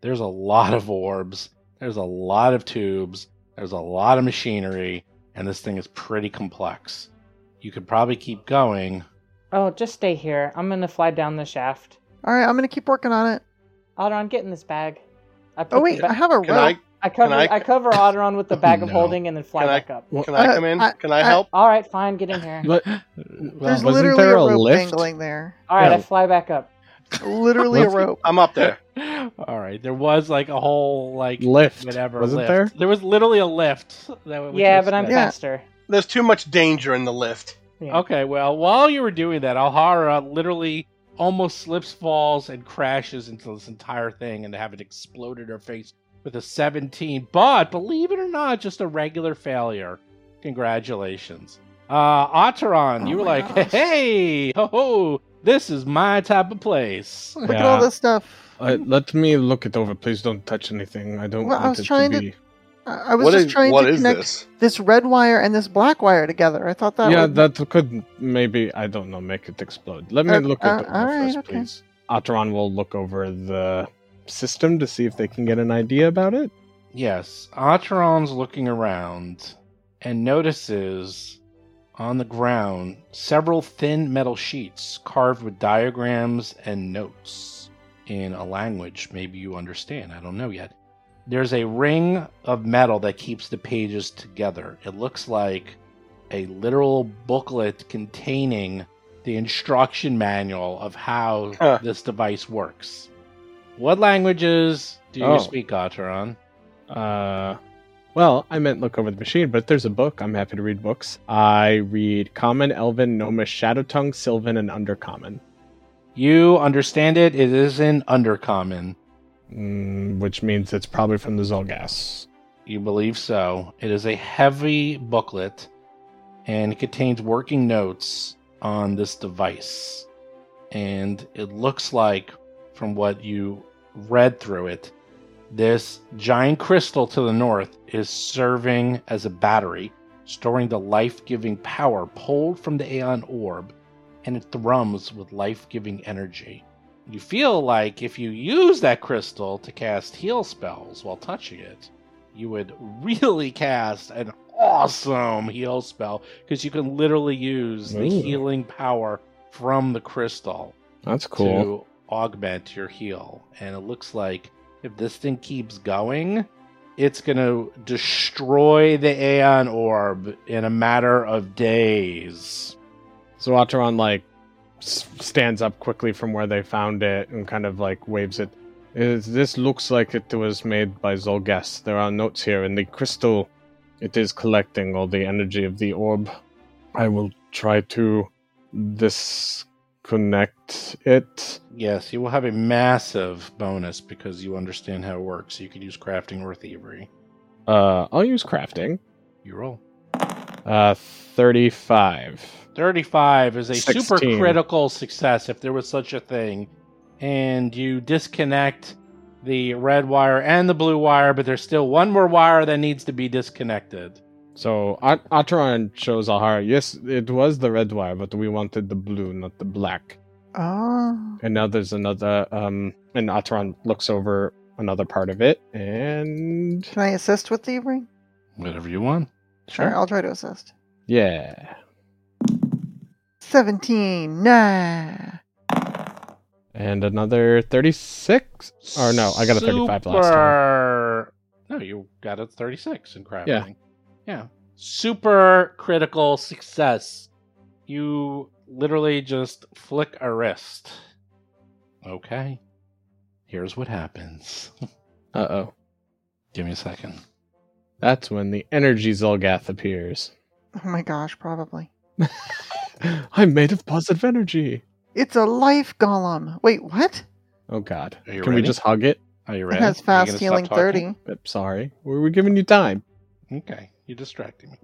[SPEAKER 2] there's a lot of orbs, there's a lot of tubes, there's a lot of machinery, and this thing is pretty complex. You could probably keep going.
[SPEAKER 5] Oh, just stay here. I'm gonna fly down the shaft.
[SPEAKER 6] All right, I'm gonna keep working on it.
[SPEAKER 5] Alderon, get in this bag. I put
[SPEAKER 6] Oh
[SPEAKER 5] the
[SPEAKER 6] wait,
[SPEAKER 5] ba-
[SPEAKER 6] I have a rope.
[SPEAKER 4] Can I
[SPEAKER 5] I cover
[SPEAKER 4] I-
[SPEAKER 5] I, cover Otteron with the bag of
[SPEAKER 2] No.
[SPEAKER 5] holding and then fly
[SPEAKER 4] Can I-
[SPEAKER 5] back up.
[SPEAKER 4] can I
[SPEAKER 6] Uh,
[SPEAKER 4] come in?
[SPEAKER 6] I-
[SPEAKER 4] can I,
[SPEAKER 6] I-
[SPEAKER 4] help?
[SPEAKER 5] All right, fine, get in here.
[SPEAKER 3] But
[SPEAKER 6] There's
[SPEAKER 3] wasn't
[SPEAKER 6] literally
[SPEAKER 3] there
[SPEAKER 6] a
[SPEAKER 3] a
[SPEAKER 6] rope
[SPEAKER 3] lift?
[SPEAKER 6] dangling there.
[SPEAKER 5] All right,
[SPEAKER 3] Yeah.
[SPEAKER 5] I fly back up.
[SPEAKER 6] Literally a
[SPEAKER 3] Let's-
[SPEAKER 6] rope.
[SPEAKER 4] I'm up there.
[SPEAKER 2] All right, there was like a whole like
[SPEAKER 3] lift,
[SPEAKER 2] whatever
[SPEAKER 3] wasn't
[SPEAKER 2] lift.
[SPEAKER 3] there?
[SPEAKER 2] was literally a lift. That which
[SPEAKER 5] yeah,
[SPEAKER 2] was
[SPEAKER 5] but I'm
[SPEAKER 2] nice.
[SPEAKER 6] Yeah.
[SPEAKER 5] faster.
[SPEAKER 4] There's too much danger in the lift.
[SPEAKER 5] Yeah.
[SPEAKER 2] Okay, well, while you were doing that, Alhara literally almost slips, falls, and crashes into this entire thing and to have it explode in her face with a 17. But believe it or not, just a regular failure. Congratulations. Uh Otteron,
[SPEAKER 6] Oh
[SPEAKER 2] you were
[SPEAKER 6] my
[SPEAKER 2] like,
[SPEAKER 6] gosh.
[SPEAKER 2] hey, ho ho, this is my type of place.
[SPEAKER 6] Look at all
[SPEAKER 3] Yeah.
[SPEAKER 6] this stuff.
[SPEAKER 3] Uh, let me look it over. Please don't touch anything. I don't
[SPEAKER 6] Well, I
[SPEAKER 3] want
[SPEAKER 6] was
[SPEAKER 3] it
[SPEAKER 6] trying to
[SPEAKER 3] to be.
[SPEAKER 6] I I was
[SPEAKER 4] What
[SPEAKER 6] just
[SPEAKER 4] is-
[SPEAKER 6] trying
[SPEAKER 4] what
[SPEAKER 6] to
[SPEAKER 4] is
[SPEAKER 6] connect
[SPEAKER 4] this?
[SPEAKER 6] this red wire and this black wire together. I thought that.
[SPEAKER 3] yeah,
[SPEAKER 6] would...
[SPEAKER 3] that could maybe I don't know make it explode. Let me
[SPEAKER 6] Uh,
[SPEAKER 3] look
[SPEAKER 6] uh,
[SPEAKER 3] it over
[SPEAKER 6] alright,
[SPEAKER 3] first,
[SPEAKER 6] okay.
[SPEAKER 3] please. Atron will look over the system to see if they can get an idea about it.
[SPEAKER 2] Yes, Atron's looking around and notices on the ground several thin metal sheets carved with diagrams and notes in a language maybe you understand. I don't know yet. There's a ring of metal that keeps the pages together. It looks like a literal booklet containing the instruction manual of how
[SPEAKER 4] Huh.
[SPEAKER 2] this device works. What languages do you
[SPEAKER 3] Oh.
[SPEAKER 2] speak, Atron?
[SPEAKER 3] Uh, well, I meant look over the machine, but if there's a book, I'm happy to read books. I read Common, Elven, Gnomish, Shadowtongue, Sylvan, and Undercommon,
[SPEAKER 2] You understand it. It is in Undercommon.
[SPEAKER 3] mm, which means it's probably from the Zolgas.
[SPEAKER 2] You believe so. It is a heavy booklet and it contains working notes on this device. And it looks like, from what you read through it, this giant crystal to the north is serving as a battery, storing the life giving power pulled from the Aeon orb, and it thrums with life giving energy. You feel like if you use that crystal to cast heal spells while touching it, you would really cast an awesome heal spell because you can literally use the
[SPEAKER 3] Ooh.
[SPEAKER 2] healing power from the crystal
[SPEAKER 3] That's cool.
[SPEAKER 2] to augment your heal. And it looks like if this thing keeps going, it's going to destroy the Aeon Orb in a matter of days.
[SPEAKER 3] So Atron like s- stands up quickly from where they found it and kind of like waves it. "Uh, This looks like it was made by Zolgas. There are notes here, and the crystal It is collecting all the energy of the orb. I will try to disconnect it.
[SPEAKER 2] Yes, you will have a massive bonus because you understand how it works. You could use crafting or thievery.
[SPEAKER 3] Uh, I'll use crafting.
[SPEAKER 2] You roll.
[SPEAKER 3] Uh, 35.
[SPEAKER 2] 35 is a
[SPEAKER 3] 16.
[SPEAKER 2] super critical success if there was such a thing. And you disconnect the red wire and the blue wire, but there's still one more wire that needs to be disconnected.
[SPEAKER 3] So At- Ataran shows Ahara, yes, it was the red wire, but we wanted the blue, not the black.
[SPEAKER 6] Oh.
[SPEAKER 3] And now there's another, um, and Ataran looks over another part of it, and
[SPEAKER 6] Can I assist with thievery?
[SPEAKER 2] Whatever you want.
[SPEAKER 6] Sure, I'll try to assist.
[SPEAKER 3] yeah.
[SPEAKER 6] 17. Nah.
[SPEAKER 3] And another 36? Or no, I got a 35 last time.
[SPEAKER 2] Super- No, you got a 36 in crafting.
[SPEAKER 3] Yeah.
[SPEAKER 2] Yeah. Super critical success. You literally just flick a wrist. Okay. Here's what happens.
[SPEAKER 3] Uh oh.
[SPEAKER 2] Give me a second.
[SPEAKER 3] That's when the energy Zolgath appears.
[SPEAKER 6] Oh my gosh, probably.
[SPEAKER 3] I'm made of positive energy.
[SPEAKER 6] It's a life golem. Wait, what?
[SPEAKER 3] Oh god.
[SPEAKER 2] Are you
[SPEAKER 3] Can we
[SPEAKER 2] ready?
[SPEAKER 3] just hug it?
[SPEAKER 2] Are you
[SPEAKER 6] It
[SPEAKER 2] ready?
[SPEAKER 6] has
[SPEAKER 2] Are you
[SPEAKER 6] fast
[SPEAKER 2] gonna stop
[SPEAKER 6] healing
[SPEAKER 2] talking?
[SPEAKER 6] 30.
[SPEAKER 3] Oops, sorry. We were giving you time.
[SPEAKER 2] Okay, you're distracting me.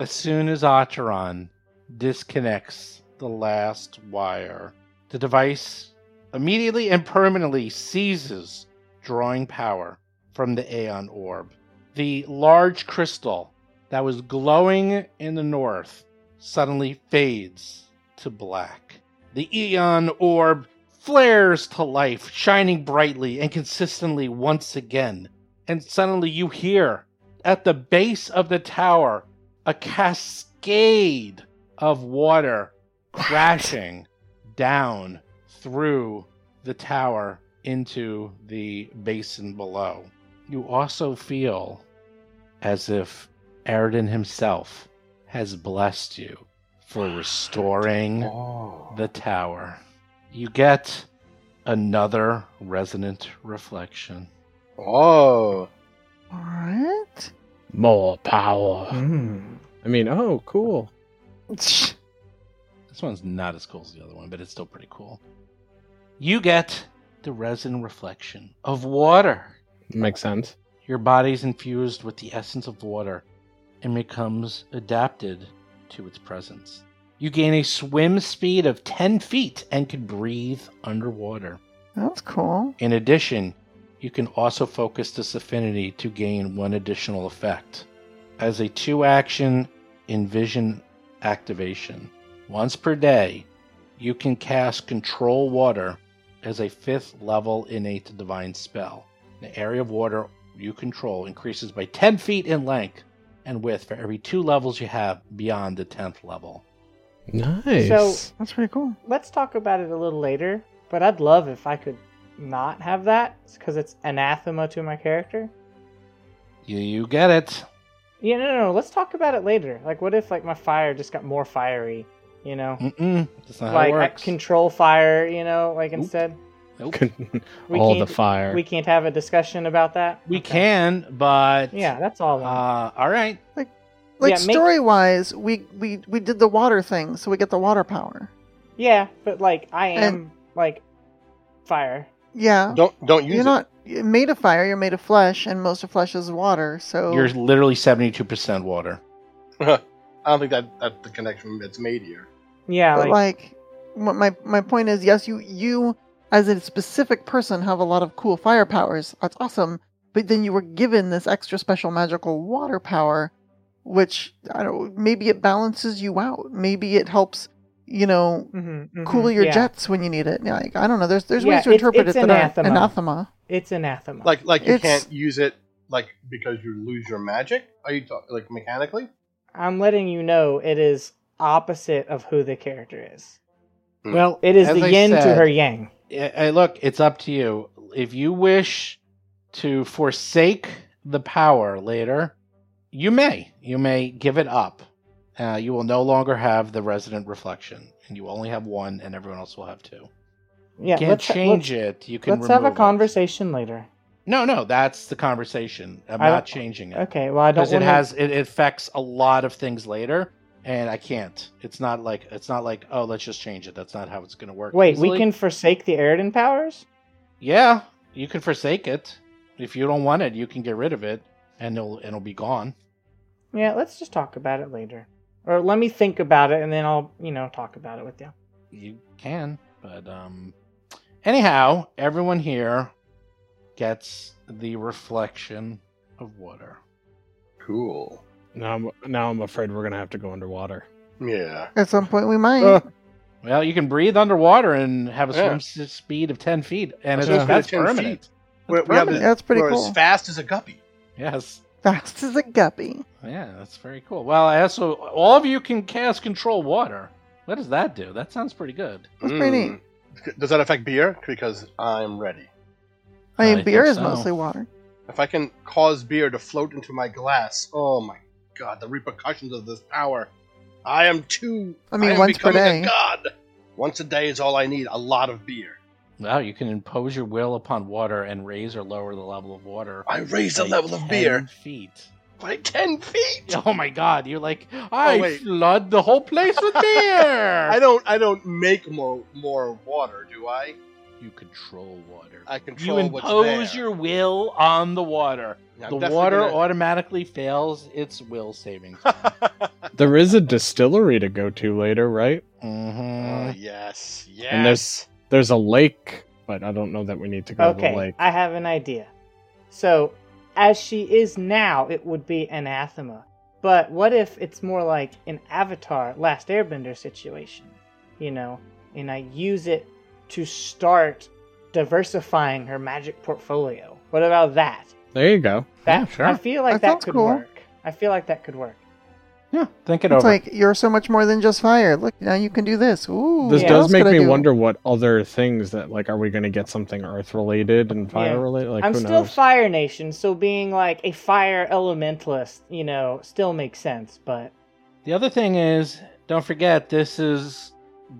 [SPEAKER 2] As soon as Acheron disconnects the last wire, the device immediately and permanently seizes drawing power from the Aeon orb. The large crystal that was glowing in the north suddenly fades to black. The Aeon orb flares to life, shining brightly and consistently once again. And suddenly you hear at the base of the tower a cascade of water crashing down through the tower into the basin below. You also feel as if Aridin himself has blessed you for restoring
[SPEAKER 4] Oh.
[SPEAKER 2] the tower. You get another resonant reflection.
[SPEAKER 4] Oh,
[SPEAKER 6] What?
[SPEAKER 3] More power. I mean, oh, cool.
[SPEAKER 2] This one's not as cool as the other one, but it's still pretty cool. You get the resin reflection of water.
[SPEAKER 3] Makes sense.
[SPEAKER 2] Your body's infused with the essence of water and becomes adapted to its presence. You gain a swim speed of 10 feet and can breathe underwater.
[SPEAKER 6] That's cool.
[SPEAKER 2] In addition, you can also focus this affinity to gain one additional effect. As a two action envision activation, once per day, you can cast Control Water as a fifth level innate divine spell. The area of water you control increases by 10 feet in length and width for every two levels you have beyond the 10th level.
[SPEAKER 3] Nice.
[SPEAKER 5] So-
[SPEAKER 6] That's pretty cool.
[SPEAKER 5] Let's talk about it a little later, but I'd love if I could not have that because it's anathema to my character.
[SPEAKER 2] You, you get it.
[SPEAKER 5] Yeah, no, no, no. Let's talk about it later. Like, what if like my fire just got more fiery? You know,
[SPEAKER 2] Mm-mm. That's not
[SPEAKER 5] like
[SPEAKER 2] Mm, how it
[SPEAKER 5] I
[SPEAKER 2] works.
[SPEAKER 5] control fire. You know, like
[SPEAKER 2] Oop.
[SPEAKER 5] instead
[SPEAKER 2] Nope.
[SPEAKER 5] we
[SPEAKER 3] all the
[SPEAKER 5] can't
[SPEAKER 3] fire.
[SPEAKER 5] we can't have a discussion about that.
[SPEAKER 2] we
[SPEAKER 5] Okay.
[SPEAKER 2] can, but
[SPEAKER 5] Yeah, that's all. I want.
[SPEAKER 2] Uh, all right.
[SPEAKER 6] Like
[SPEAKER 5] Yeah, make-
[SPEAKER 6] story wise, we, we we did the water thing, so we get the water power.
[SPEAKER 5] yeah, but like I am
[SPEAKER 6] and-
[SPEAKER 5] like fire.
[SPEAKER 6] Yeah.
[SPEAKER 4] don't don't use
[SPEAKER 6] You're
[SPEAKER 4] it.
[SPEAKER 6] not you're made of fire, you're made of flesh, and most of flesh is water, so
[SPEAKER 2] You're literally 72% water.
[SPEAKER 4] I don't think that that's the connection that's made here.
[SPEAKER 5] Yeah,
[SPEAKER 6] but
[SPEAKER 5] like,
[SPEAKER 6] like what my my point is yes, you you as a specific person have a lot of cool fire powers. That's awesome. But then you were given this extra special magical water power, which I don't maybe it balances you out. Maybe it helps, you know,
[SPEAKER 5] mhm, mhm,
[SPEAKER 6] cool your
[SPEAKER 5] yeah,
[SPEAKER 6] jets when you need it. Yeah, like, I don't know. There's there's
[SPEAKER 5] Yeah,
[SPEAKER 6] ways to
[SPEAKER 5] it's-
[SPEAKER 6] interpret
[SPEAKER 5] it's
[SPEAKER 6] it that are
[SPEAKER 5] anathema.
[SPEAKER 6] anathema.
[SPEAKER 5] It's anathema.
[SPEAKER 4] Like like you
[SPEAKER 6] It's-
[SPEAKER 4] can't use it like because you lose your magic. Are you talking like mechanically?
[SPEAKER 5] I'm letting you know, it is opposite of who the character is.
[SPEAKER 4] Mm.
[SPEAKER 2] Well,
[SPEAKER 5] It is
[SPEAKER 2] as
[SPEAKER 5] the
[SPEAKER 2] I
[SPEAKER 5] yin to
[SPEAKER 2] said,
[SPEAKER 5] her yang.
[SPEAKER 2] I- I- Eh, look, it's up to you. If you wish to forsake the power later, you may. You may give it up. Uh, you will no longer have the resident reflection, and you only have one, and everyone else will have two.
[SPEAKER 5] Yeah,
[SPEAKER 2] you can't
[SPEAKER 5] let's,
[SPEAKER 2] change
[SPEAKER 5] let's,
[SPEAKER 2] it. You can.
[SPEAKER 5] let's have a
[SPEAKER 2] remove it.
[SPEAKER 5] conversation later.
[SPEAKER 2] No, no, that's the conversation. I'm
[SPEAKER 5] I
[SPEAKER 2] not
[SPEAKER 5] don't-
[SPEAKER 2] changing it
[SPEAKER 5] Okay, well I don't
[SPEAKER 2] because it
[SPEAKER 5] wanna-
[SPEAKER 2] has it it affects a lot of things later, and I can't. It's not like it's not like oh let's just change it. That's not how it's going to work.
[SPEAKER 5] Wait, we
[SPEAKER 2] easily.
[SPEAKER 5] can forsake the Eridan powers?
[SPEAKER 2] Yeah, you can forsake it if you don't want it. You can get rid of it, and it'll it'll be gone.
[SPEAKER 5] Yeah, let's just talk about it later. Or let me think about it and then I'll, you know, talk about it with you.
[SPEAKER 2] You can, but um, anyhow, everyone here gets the reflection of water.
[SPEAKER 4] Cool.
[SPEAKER 3] Now I'm, now I'm afraid we're going to have to go underwater.
[SPEAKER 4] Yeah.
[SPEAKER 6] At some point, we might.
[SPEAKER 3] Uh,
[SPEAKER 2] Well, you can breathe underwater and have a
[SPEAKER 4] Yeah.
[SPEAKER 2] swim s- speed of ten feet, and it's
[SPEAKER 3] Swim
[SPEAKER 4] speed
[SPEAKER 2] that's
[SPEAKER 4] of 10
[SPEAKER 2] permanent.
[SPEAKER 4] feet. We, we have
[SPEAKER 6] yeah,
[SPEAKER 4] the-
[SPEAKER 6] that's pretty
[SPEAKER 4] we're
[SPEAKER 6] cool.
[SPEAKER 4] as fast as a guppy.
[SPEAKER 2] Yes.
[SPEAKER 6] Fast as a guppy.
[SPEAKER 2] Yeah, that's very cool. Well, I also all of you can cast control water. What does that do? That sounds pretty good.
[SPEAKER 6] That's pretty neat.
[SPEAKER 4] Does that affect beer? Because I'm ready.
[SPEAKER 6] I
[SPEAKER 2] I
[SPEAKER 6] mean,
[SPEAKER 2] think
[SPEAKER 6] beer is
[SPEAKER 2] so.
[SPEAKER 6] mostly water.
[SPEAKER 4] If I can cause beer to float into my glass, oh my god, the repercussions of this power. I am too.
[SPEAKER 6] I mean,
[SPEAKER 4] am
[SPEAKER 6] once per
[SPEAKER 4] becoming a
[SPEAKER 6] day.
[SPEAKER 4] god. Once a day is all I need. A lot of beer.
[SPEAKER 2] Wow, you can impose your will upon water and raise or lower the level of water.
[SPEAKER 4] I raise the
[SPEAKER 2] by
[SPEAKER 4] level of
[SPEAKER 2] 10
[SPEAKER 4] beer
[SPEAKER 2] Feet.
[SPEAKER 4] by ten feet.
[SPEAKER 2] Oh my god, you're like, I
[SPEAKER 4] Oh, wait.
[SPEAKER 2] flood the whole place with beer!
[SPEAKER 4] I don't. I don't make more more water, do I?
[SPEAKER 2] You control water.
[SPEAKER 4] I
[SPEAKER 2] you
[SPEAKER 4] control what's there.
[SPEAKER 2] impose your will on the water.
[SPEAKER 4] I'm
[SPEAKER 2] the
[SPEAKER 4] definitely
[SPEAKER 2] water
[SPEAKER 4] gonna-
[SPEAKER 2] automatically fails its will saving.
[SPEAKER 3] There is a distillery to go to later, right?
[SPEAKER 4] Oh,
[SPEAKER 6] Mm.
[SPEAKER 2] mm-hmm.
[SPEAKER 4] yes. Yes.
[SPEAKER 3] And there's there's a lake, but I don't know that we need to go to the
[SPEAKER 5] Okay,
[SPEAKER 3] lake.
[SPEAKER 5] I have an idea. So, as she is now, it would be anathema. But what if it's more like an Avatar Last Airbender situation? You know, and I use it to start diversifying her magic portfolio. What about that?
[SPEAKER 3] There you go.
[SPEAKER 5] That
[SPEAKER 2] Yeah, sure.
[SPEAKER 5] I feel like
[SPEAKER 6] That
[SPEAKER 5] that,
[SPEAKER 6] sounds
[SPEAKER 5] could
[SPEAKER 6] cool.
[SPEAKER 5] work. I feel like that could work.
[SPEAKER 2] Yeah, think it
[SPEAKER 6] It's
[SPEAKER 2] over.
[SPEAKER 6] like you're so much more than just fire. Look, now you can do this. Ooh,
[SPEAKER 3] This
[SPEAKER 5] Yeah.
[SPEAKER 6] what
[SPEAKER 3] does
[SPEAKER 6] else
[SPEAKER 3] make
[SPEAKER 6] could I
[SPEAKER 3] me
[SPEAKER 6] do?
[SPEAKER 3] wonder what other things that like are we going to get something earth related and fire related? Like
[SPEAKER 5] I'm
[SPEAKER 3] who
[SPEAKER 5] still
[SPEAKER 3] knows?
[SPEAKER 5] Fire Nation, so being like a fire elementalist, you know, still makes sense, but
[SPEAKER 2] The other thing is, don't forget, this is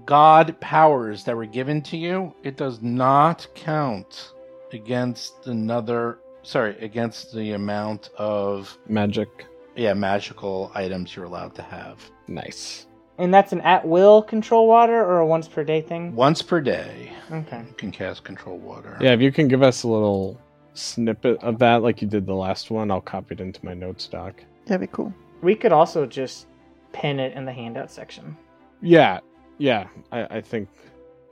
[SPEAKER 2] God powers that were given to you. It does not count against another, sorry, against the amount of,
[SPEAKER 3] Magic.
[SPEAKER 2] yeah, magical items you're allowed to have.
[SPEAKER 3] Nice.
[SPEAKER 5] and that's an at will control water or a once per day thing?
[SPEAKER 2] Once per day,
[SPEAKER 5] Okay.
[SPEAKER 2] you can cast control water.
[SPEAKER 3] Yeah, if you can give us a little snippet of that, like you did the last one, I'll copy it into my notes doc.
[SPEAKER 6] That'd be cool.
[SPEAKER 5] We could also just pin it in the handout section.
[SPEAKER 3] Yeah, yeah, I, I think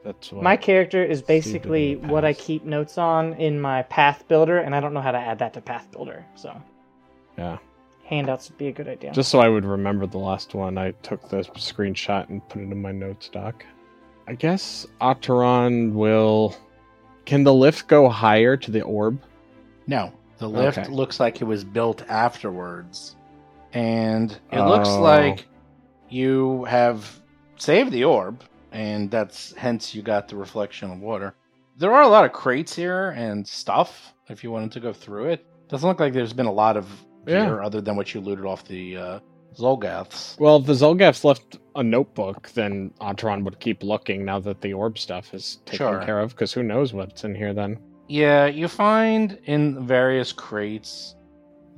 [SPEAKER 3] that's what.
[SPEAKER 5] my character is
[SPEAKER 3] see what they
[SPEAKER 5] basically
[SPEAKER 3] do in the
[SPEAKER 5] what I
[SPEAKER 3] past.
[SPEAKER 5] keep notes on in my path builder, and I don't know how to add that to path builder, so
[SPEAKER 3] Yeah,
[SPEAKER 5] handouts would be a good idea.
[SPEAKER 3] just so I would remember the last one, I took the screenshot and put it in my notes doc. I guess Octeron will. Can the lift go higher to the orb?
[SPEAKER 2] No, the lift
[SPEAKER 3] Okay.
[SPEAKER 2] looks like it was built afterwards. And it looks
[SPEAKER 3] Oh.
[SPEAKER 2] like you have saved the orb, and that's hence you got the reflection of water. There are a lot of crates here and stuff if you wanted to go through it. Doesn't look like there's been a lot of
[SPEAKER 3] Yeah.
[SPEAKER 2] gear other than what you looted off the uh, Zolgaths.
[SPEAKER 3] Well, if the Zolgaths left a notebook, then Octeron would keep looking now that the orb stuff is taken
[SPEAKER 2] Sure.
[SPEAKER 3] care of, because who knows what's in here then.
[SPEAKER 2] Yeah, you find in various crates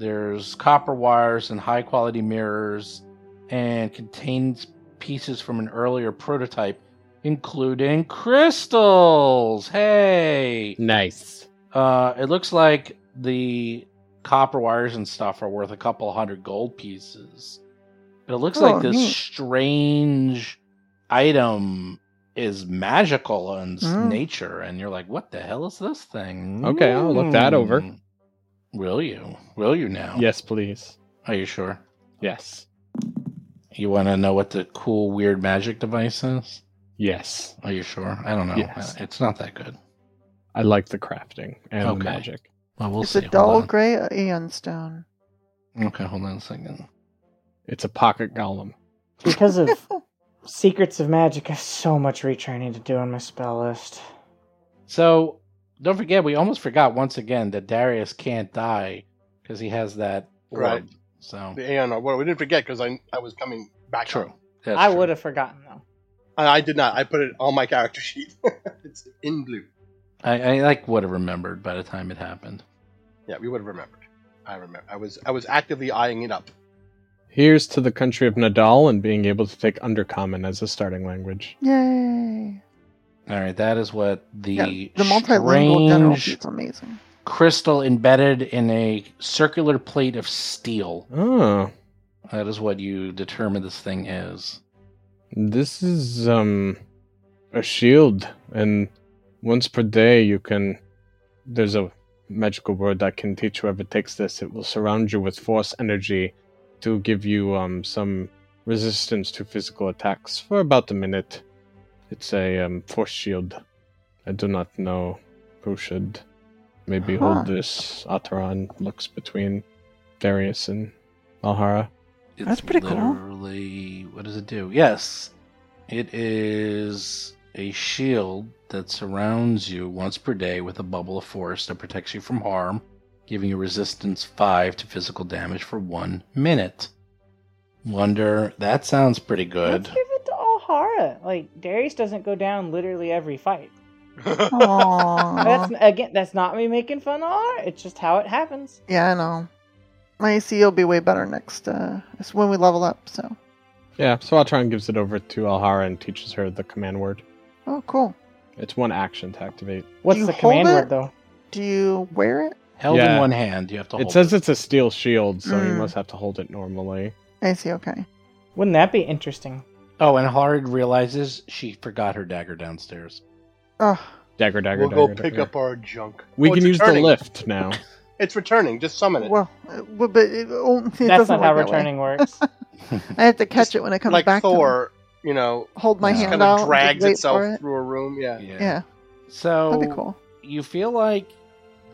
[SPEAKER 2] there's copper wires and high quality mirrors and contains pieces from an earlier prototype, including crystals. Hey!
[SPEAKER 3] Nice.
[SPEAKER 2] Uh, it looks like the copper wires and stuff are worth a couple hundred gold pieces. But it looks
[SPEAKER 6] Oh,
[SPEAKER 2] like this
[SPEAKER 6] neat.
[SPEAKER 2] strange item is magical in s-
[SPEAKER 6] Mm.
[SPEAKER 2] nature, and you're like, what the hell is this thing?
[SPEAKER 3] Okay, I'll look that over.
[SPEAKER 2] Mm. Will you? Will you now?
[SPEAKER 3] Yes, please.
[SPEAKER 2] Are you sure?
[SPEAKER 3] Yes.
[SPEAKER 2] You want to know what the cool, weird magic device is?
[SPEAKER 3] Yes.
[SPEAKER 2] Are you sure? I don't know.
[SPEAKER 3] Yes.
[SPEAKER 2] It's not that good.
[SPEAKER 3] I like the crafting and
[SPEAKER 2] Okay.
[SPEAKER 3] the magic.
[SPEAKER 2] Well, we'll
[SPEAKER 6] it's
[SPEAKER 2] see.
[SPEAKER 6] a
[SPEAKER 2] Hold
[SPEAKER 6] dull
[SPEAKER 2] on.
[SPEAKER 6] gray aeon stone.
[SPEAKER 2] okay, hold on a second.
[SPEAKER 3] It's a pocket golem.
[SPEAKER 5] because of secrets of magic, I have so much reach I need to do on my spell list.
[SPEAKER 2] So don't forget, we almost forgot once again that Darius can't die because he has that orb.
[SPEAKER 4] Right.
[SPEAKER 2] So
[SPEAKER 4] The Aeon Orb. Well, we didn't forget because I I was coming back.
[SPEAKER 2] true.
[SPEAKER 4] up.
[SPEAKER 2] That's
[SPEAKER 5] I
[SPEAKER 2] true.
[SPEAKER 5] would have forgotten though.
[SPEAKER 4] I, I did not. I put it on my character sheet. it's in blue.
[SPEAKER 2] I, I like would have remembered by the time it happened.
[SPEAKER 4] Yeah, we would have remembered. I remember. I was I was actively eyeing it up.
[SPEAKER 3] Here's to the country of Nadal and being able to take Undercommon as a starting language.
[SPEAKER 6] Yay!
[SPEAKER 2] All right, that is what the
[SPEAKER 6] Yeah, the multilingual general
[SPEAKER 2] strange
[SPEAKER 6] is amazing.
[SPEAKER 2] crystal embedded in a circular plate of steel.
[SPEAKER 3] Oh,
[SPEAKER 2] That is what you determine this thing is.
[SPEAKER 3] this is um a shield, and once per day you can. There's a magical word that can teach whoever takes this. It will surround you with force energy to give you um some resistance to physical attacks for about a minute. It's a um, force shield. I do not know who should maybe
[SPEAKER 6] Huh.
[SPEAKER 3] hold this. Ataran looks between Darius and Alhara.
[SPEAKER 2] It's
[SPEAKER 6] That's pretty cool.
[SPEAKER 2] literally, What does it do? Yes, it is a shield that surrounds you once per day with a bubble of force that protects you from harm, giving you resistance five to physical damage for one minute. Wonder that sounds pretty good.
[SPEAKER 5] Let's give it to Alhara. Like Darius doesn't go down literally every fight.
[SPEAKER 6] Aww.
[SPEAKER 5] That's again, that's not me making fun of Alhara. It's just how it happens.
[SPEAKER 6] yeah, I know. My AC will be way better next. Uh, it's when we level up. So,
[SPEAKER 3] Yeah, so Atron gives it over to Alhara and teaches her the command word.
[SPEAKER 6] oh, cool.
[SPEAKER 3] It's one action to activate.
[SPEAKER 5] What's
[SPEAKER 6] you
[SPEAKER 5] the command
[SPEAKER 6] hold it?
[SPEAKER 5] word though?
[SPEAKER 6] Do you wear it?
[SPEAKER 2] Held in
[SPEAKER 3] Yeah.
[SPEAKER 2] one hand, you have to.
[SPEAKER 3] It
[SPEAKER 2] hold
[SPEAKER 3] says it's a steel shield, so you
[SPEAKER 6] Mm.
[SPEAKER 3] must have to hold it normally.
[SPEAKER 6] I see. Okay.
[SPEAKER 5] Wouldn't that be interesting?
[SPEAKER 2] Oh, and Hard realizes she forgot her dagger downstairs.
[SPEAKER 6] Oh,
[SPEAKER 3] Dagger, dagger,
[SPEAKER 4] we'll
[SPEAKER 3] dagger.
[SPEAKER 4] go pick
[SPEAKER 3] dagger.
[SPEAKER 4] up our junk.
[SPEAKER 3] We
[SPEAKER 4] Oh,
[SPEAKER 3] can
[SPEAKER 4] it's
[SPEAKER 3] use
[SPEAKER 4] returning.
[SPEAKER 3] the lift now.
[SPEAKER 4] It's returning. Just summon it.
[SPEAKER 6] well, uh, well, but it, oh, it
[SPEAKER 5] that's
[SPEAKER 6] doesn't
[SPEAKER 5] not how
[SPEAKER 6] work that way.
[SPEAKER 5] returning works.
[SPEAKER 6] I have to catch
[SPEAKER 4] Just
[SPEAKER 6] it when it comes
[SPEAKER 4] like
[SPEAKER 6] back. to me.
[SPEAKER 4] Thor, you know,
[SPEAKER 6] hold my
[SPEAKER 2] Yeah.
[SPEAKER 6] hand
[SPEAKER 4] kind
[SPEAKER 6] out.
[SPEAKER 4] of
[SPEAKER 6] and
[SPEAKER 4] drags
[SPEAKER 6] wait
[SPEAKER 4] itself
[SPEAKER 6] for it.
[SPEAKER 4] through a room. Yeah.
[SPEAKER 6] Yeah.
[SPEAKER 2] So
[SPEAKER 6] that'd be cool.
[SPEAKER 2] you feel like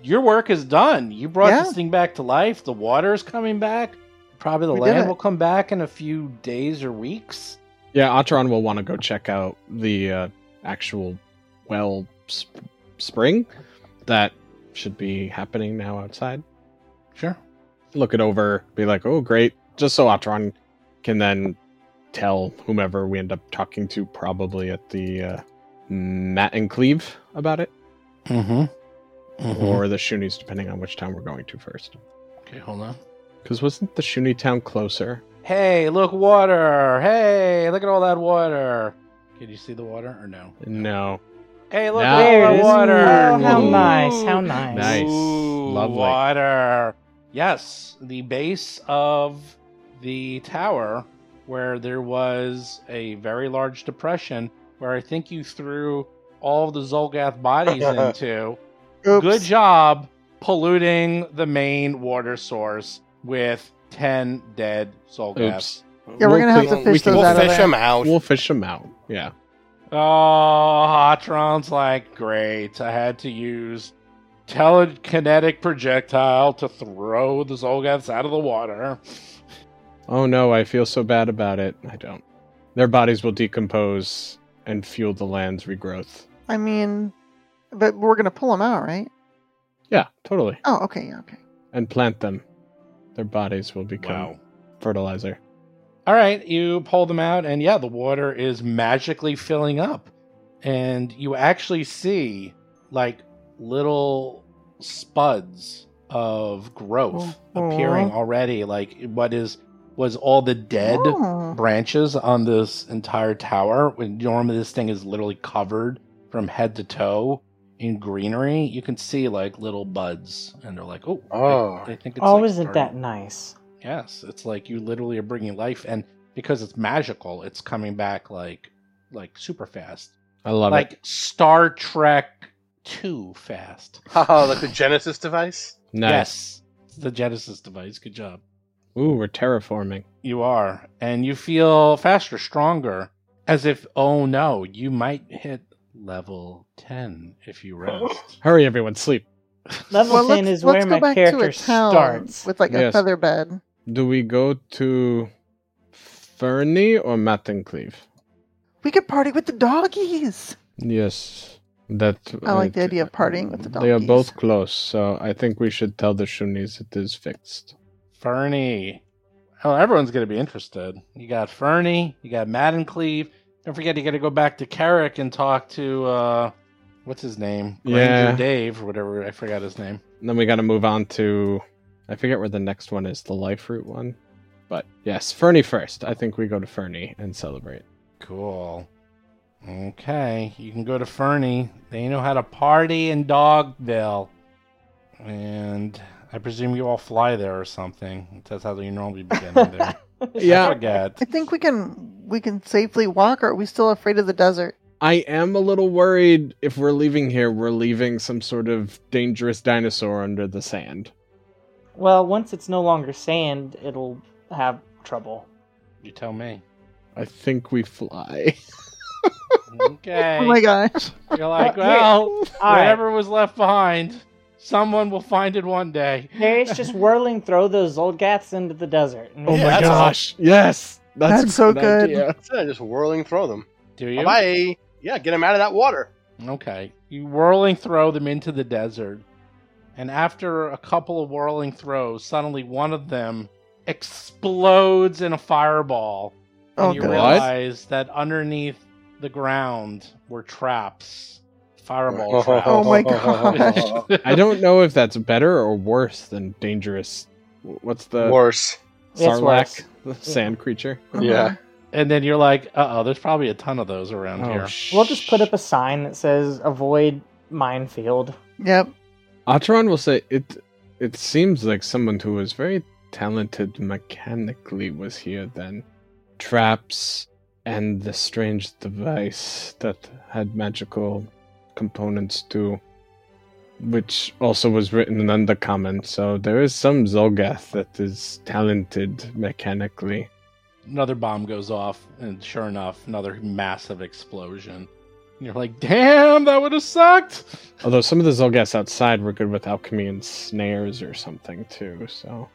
[SPEAKER 2] your work is done. You brought
[SPEAKER 6] Yeah.
[SPEAKER 2] this thing back to life. The water is coming back. Probably the
[SPEAKER 6] We did
[SPEAKER 2] land
[SPEAKER 6] it.
[SPEAKER 2] will come back in a few days or weeks.
[SPEAKER 3] yeah, Atron will want to go check out the uh, actual well sp- spring that should be happening now outside.
[SPEAKER 2] Sure.
[SPEAKER 3] Look it over, be like, oh, great. Just so Atron can then tell whomever we end up talking to, probably at the uh, Matt and Cleve about it.
[SPEAKER 2] Mm-hmm.
[SPEAKER 3] or the Shuni's, depending on which town we're going to first.
[SPEAKER 2] Okay, hold on.
[SPEAKER 3] Because wasn't the Shuni town closer?
[SPEAKER 2] Hey, look, water. Hey, look at all that water. Can you see the water or no?
[SPEAKER 3] No.
[SPEAKER 2] Hey, look,
[SPEAKER 3] Now-
[SPEAKER 2] at
[SPEAKER 5] There
[SPEAKER 2] all
[SPEAKER 5] it
[SPEAKER 2] that
[SPEAKER 5] is.
[SPEAKER 2] water.
[SPEAKER 5] Oh, how
[SPEAKER 2] Ooh.
[SPEAKER 5] nice, how nice.
[SPEAKER 3] Nice.
[SPEAKER 2] Ooh,
[SPEAKER 3] Lovely.
[SPEAKER 2] Water. Yes, the base of the tower where there was a very large depression where I think you threw all the Zolgath bodies into.
[SPEAKER 6] Oops.
[SPEAKER 2] Good job polluting the main water source with 10 dead Zolgaths.
[SPEAKER 3] Oops.
[SPEAKER 6] Yeah, we're
[SPEAKER 3] We'll
[SPEAKER 6] gonna have to
[SPEAKER 3] clean-
[SPEAKER 6] fish
[SPEAKER 3] we can-
[SPEAKER 6] those
[SPEAKER 4] we'll
[SPEAKER 6] out of
[SPEAKER 4] fish
[SPEAKER 6] there.
[SPEAKER 4] them out.
[SPEAKER 3] We'll fish them out. Yeah.
[SPEAKER 2] Oh, Hotron's like, great. I had to use telekinetic projectile to throw the Zolgaths out of the water.
[SPEAKER 3] Oh no, I feel so bad about it. I don't. Their bodies will decompose and fuel the land's regrowth.
[SPEAKER 6] I mean, but we're gonna pull them out, right?
[SPEAKER 3] Yeah, totally.
[SPEAKER 6] Oh, okay, yeah, okay.
[SPEAKER 3] And plant them. Their bodies will become fertilizer.
[SPEAKER 2] All right, you pull them out, and yeah, the water is magically filling up. And you actually see like little spuds of growth
[SPEAKER 6] Oh,
[SPEAKER 2] appearing
[SPEAKER 6] aw.
[SPEAKER 2] already. Like what is was all the dead
[SPEAKER 6] Oh,
[SPEAKER 2] branches on this entire tower. When normally this thing is literally covered from head to toe in greenery, you can see like little buds, and they're like, oh, I-
[SPEAKER 4] Oh.
[SPEAKER 2] I, think it's
[SPEAKER 5] oh,
[SPEAKER 2] like,
[SPEAKER 5] isn't that
[SPEAKER 2] starting-
[SPEAKER 5] nice?
[SPEAKER 2] Yes, it's like you literally are bringing life, and because it's magical, it's coming back like like super fast,
[SPEAKER 3] I love
[SPEAKER 2] like
[SPEAKER 3] it.
[SPEAKER 2] Star Trek two fast.
[SPEAKER 4] Haha, Oh, like the Genesis device.
[SPEAKER 3] Nice.
[SPEAKER 2] Yes, it's the Genesis device. Good job.
[SPEAKER 3] Ooh, we're terraforming.
[SPEAKER 2] You are. And you feel faster, stronger, as if, oh no, you might hit level 10 if you rest.
[SPEAKER 3] Hurry, everyone, sleep.
[SPEAKER 5] Level
[SPEAKER 6] well,
[SPEAKER 5] ten
[SPEAKER 6] let's,
[SPEAKER 5] is
[SPEAKER 6] let's
[SPEAKER 5] where
[SPEAKER 6] go
[SPEAKER 5] my
[SPEAKER 6] back to
[SPEAKER 5] character
[SPEAKER 6] a town
[SPEAKER 5] starts.
[SPEAKER 6] with like a
[SPEAKER 3] Yes.
[SPEAKER 6] feather bed.
[SPEAKER 3] Do we go to Fernie or Matt and Cleve?
[SPEAKER 6] We could party with the doggies.
[SPEAKER 3] Yes, that. uh,
[SPEAKER 6] I like the idea of partying with the
[SPEAKER 3] They are
[SPEAKER 6] doggies.
[SPEAKER 3] both close, so I think we should tell the Shunis it is fixed.
[SPEAKER 2] Fernie. Oh, everyone's going to be interested. You got Fernie, you got Madden Cleve. Don't forget, you got to go back to Carrick and talk to uh, what's his name?
[SPEAKER 3] Yeah.
[SPEAKER 2] Ranger Dave or whatever. I forgot his name.
[SPEAKER 3] And then we got to move on to. I forget where the next one is, the life root one. But yes, Fernie first. I think we go to Fernie and celebrate.
[SPEAKER 2] Cool. Okay, you can go to Fernie. They know how to party in Dogville. And I presume you all fly there or something. That's how you normally begin there. I
[SPEAKER 3] Yeah,
[SPEAKER 2] forget.
[SPEAKER 6] I think we can we can safely walk. Or are we still afraid of the desert?
[SPEAKER 3] I am a little worried if we're leaving here, we're leaving some sort of dangerous dinosaur under the sand.
[SPEAKER 5] Well, once it's no longer sand, it'll have trouble.
[SPEAKER 2] You tell me.
[SPEAKER 3] I think we fly.
[SPEAKER 2] Okay.
[SPEAKER 6] Oh my gosh!
[SPEAKER 2] You're like,
[SPEAKER 5] Uh, yeah.
[SPEAKER 2] well,
[SPEAKER 5] All right.
[SPEAKER 2] whatever was left behind, someone will find it one day.
[SPEAKER 5] Darius just whirling throw those Zolgaths into the desert. And
[SPEAKER 2] Oh my
[SPEAKER 5] that's-
[SPEAKER 3] gosh. Yes. That's,
[SPEAKER 6] That's
[SPEAKER 3] a
[SPEAKER 6] so good.
[SPEAKER 3] idea.
[SPEAKER 4] Instead of just whirling through them.
[SPEAKER 2] Do you?
[SPEAKER 4] Bye. Yeah, get them out of that water.
[SPEAKER 2] Okay. You whirling throw them into the desert. And after a couple of whirling throws, suddenly one of them explodes in a fireball. And
[SPEAKER 6] Oh
[SPEAKER 2] you
[SPEAKER 6] god!
[SPEAKER 3] What?
[SPEAKER 2] realize that underneath the ground were traps. Fireball traps.
[SPEAKER 6] Oh my gosh.
[SPEAKER 3] I don't know if that's better or worse than dangerous. What's the
[SPEAKER 4] Worse.
[SPEAKER 5] It's
[SPEAKER 3] sarlacc?
[SPEAKER 5] worse.
[SPEAKER 3] The sand creature.
[SPEAKER 4] Yeah.
[SPEAKER 2] and then you're like, uh oh, there's probably a ton of those around
[SPEAKER 6] Oh,
[SPEAKER 2] here.
[SPEAKER 3] Oh,
[SPEAKER 5] We'll just put up a sign that says avoid minefield.
[SPEAKER 6] Yep.
[SPEAKER 3] Acheron will say it. It seems like someone who was very talented mechanically was here then. Traps and the strange device that had magical components too, which also was written under common. So there is some Zolgath that is talented mechanically.
[SPEAKER 2] another bomb goes off, and sure enough, another massive explosion. And you're like, damn, that would have sucked.
[SPEAKER 3] Although some of the Zolgaths outside were good with alchemy and snares or something too. So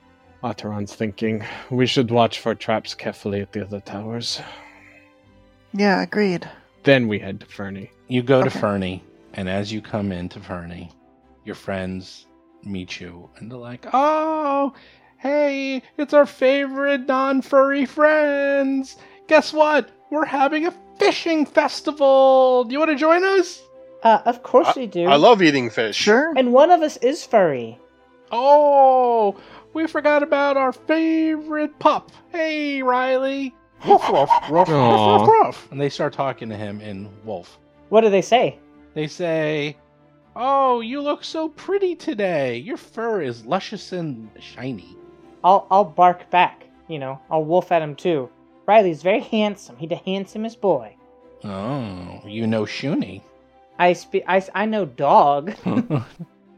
[SPEAKER 3] Acheron's thinking we should watch for traps carefully at the other towers.
[SPEAKER 6] Yeah. Agreed.
[SPEAKER 3] Then we head to Fernie.
[SPEAKER 2] You go to
[SPEAKER 6] Okay.
[SPEAKER 2] Fernie, and as you come into Fernie, your friends meet you, and they're like, oh, hey, it's our favorite non furry friends. Guess what? We're having a fishing festival. Do you want to join us?
[SPEAKER 5] Uh, of course we do.
[SPEAKER 4] I love eating fish.
[SPEAKER 6] Sure.
[SPEAKER 5] And one of us is furry.
[SPEAKER 2] Oh, we forgot about our favorite pup. Hey, Riley. Woof, woof, woof, woof,
[SPEAKER 3] Aw.
[SPEAKER 2] woof, woof. And they start talking to him in wolf.
[SPEAKER 5] What do they say?
[SPEAKER 2] They say, Oh, you look so pretty today. Your fur is luscious and shiny.
[SPEAKER 5] I'll I'll bark back. You know, I'll wolf at him too. Riley's very handsome. He the handsomest boy.
[SPEAKER 2] Oh, you know Shuni.
[SPEAKER 5] I spe- I, s- I know dog.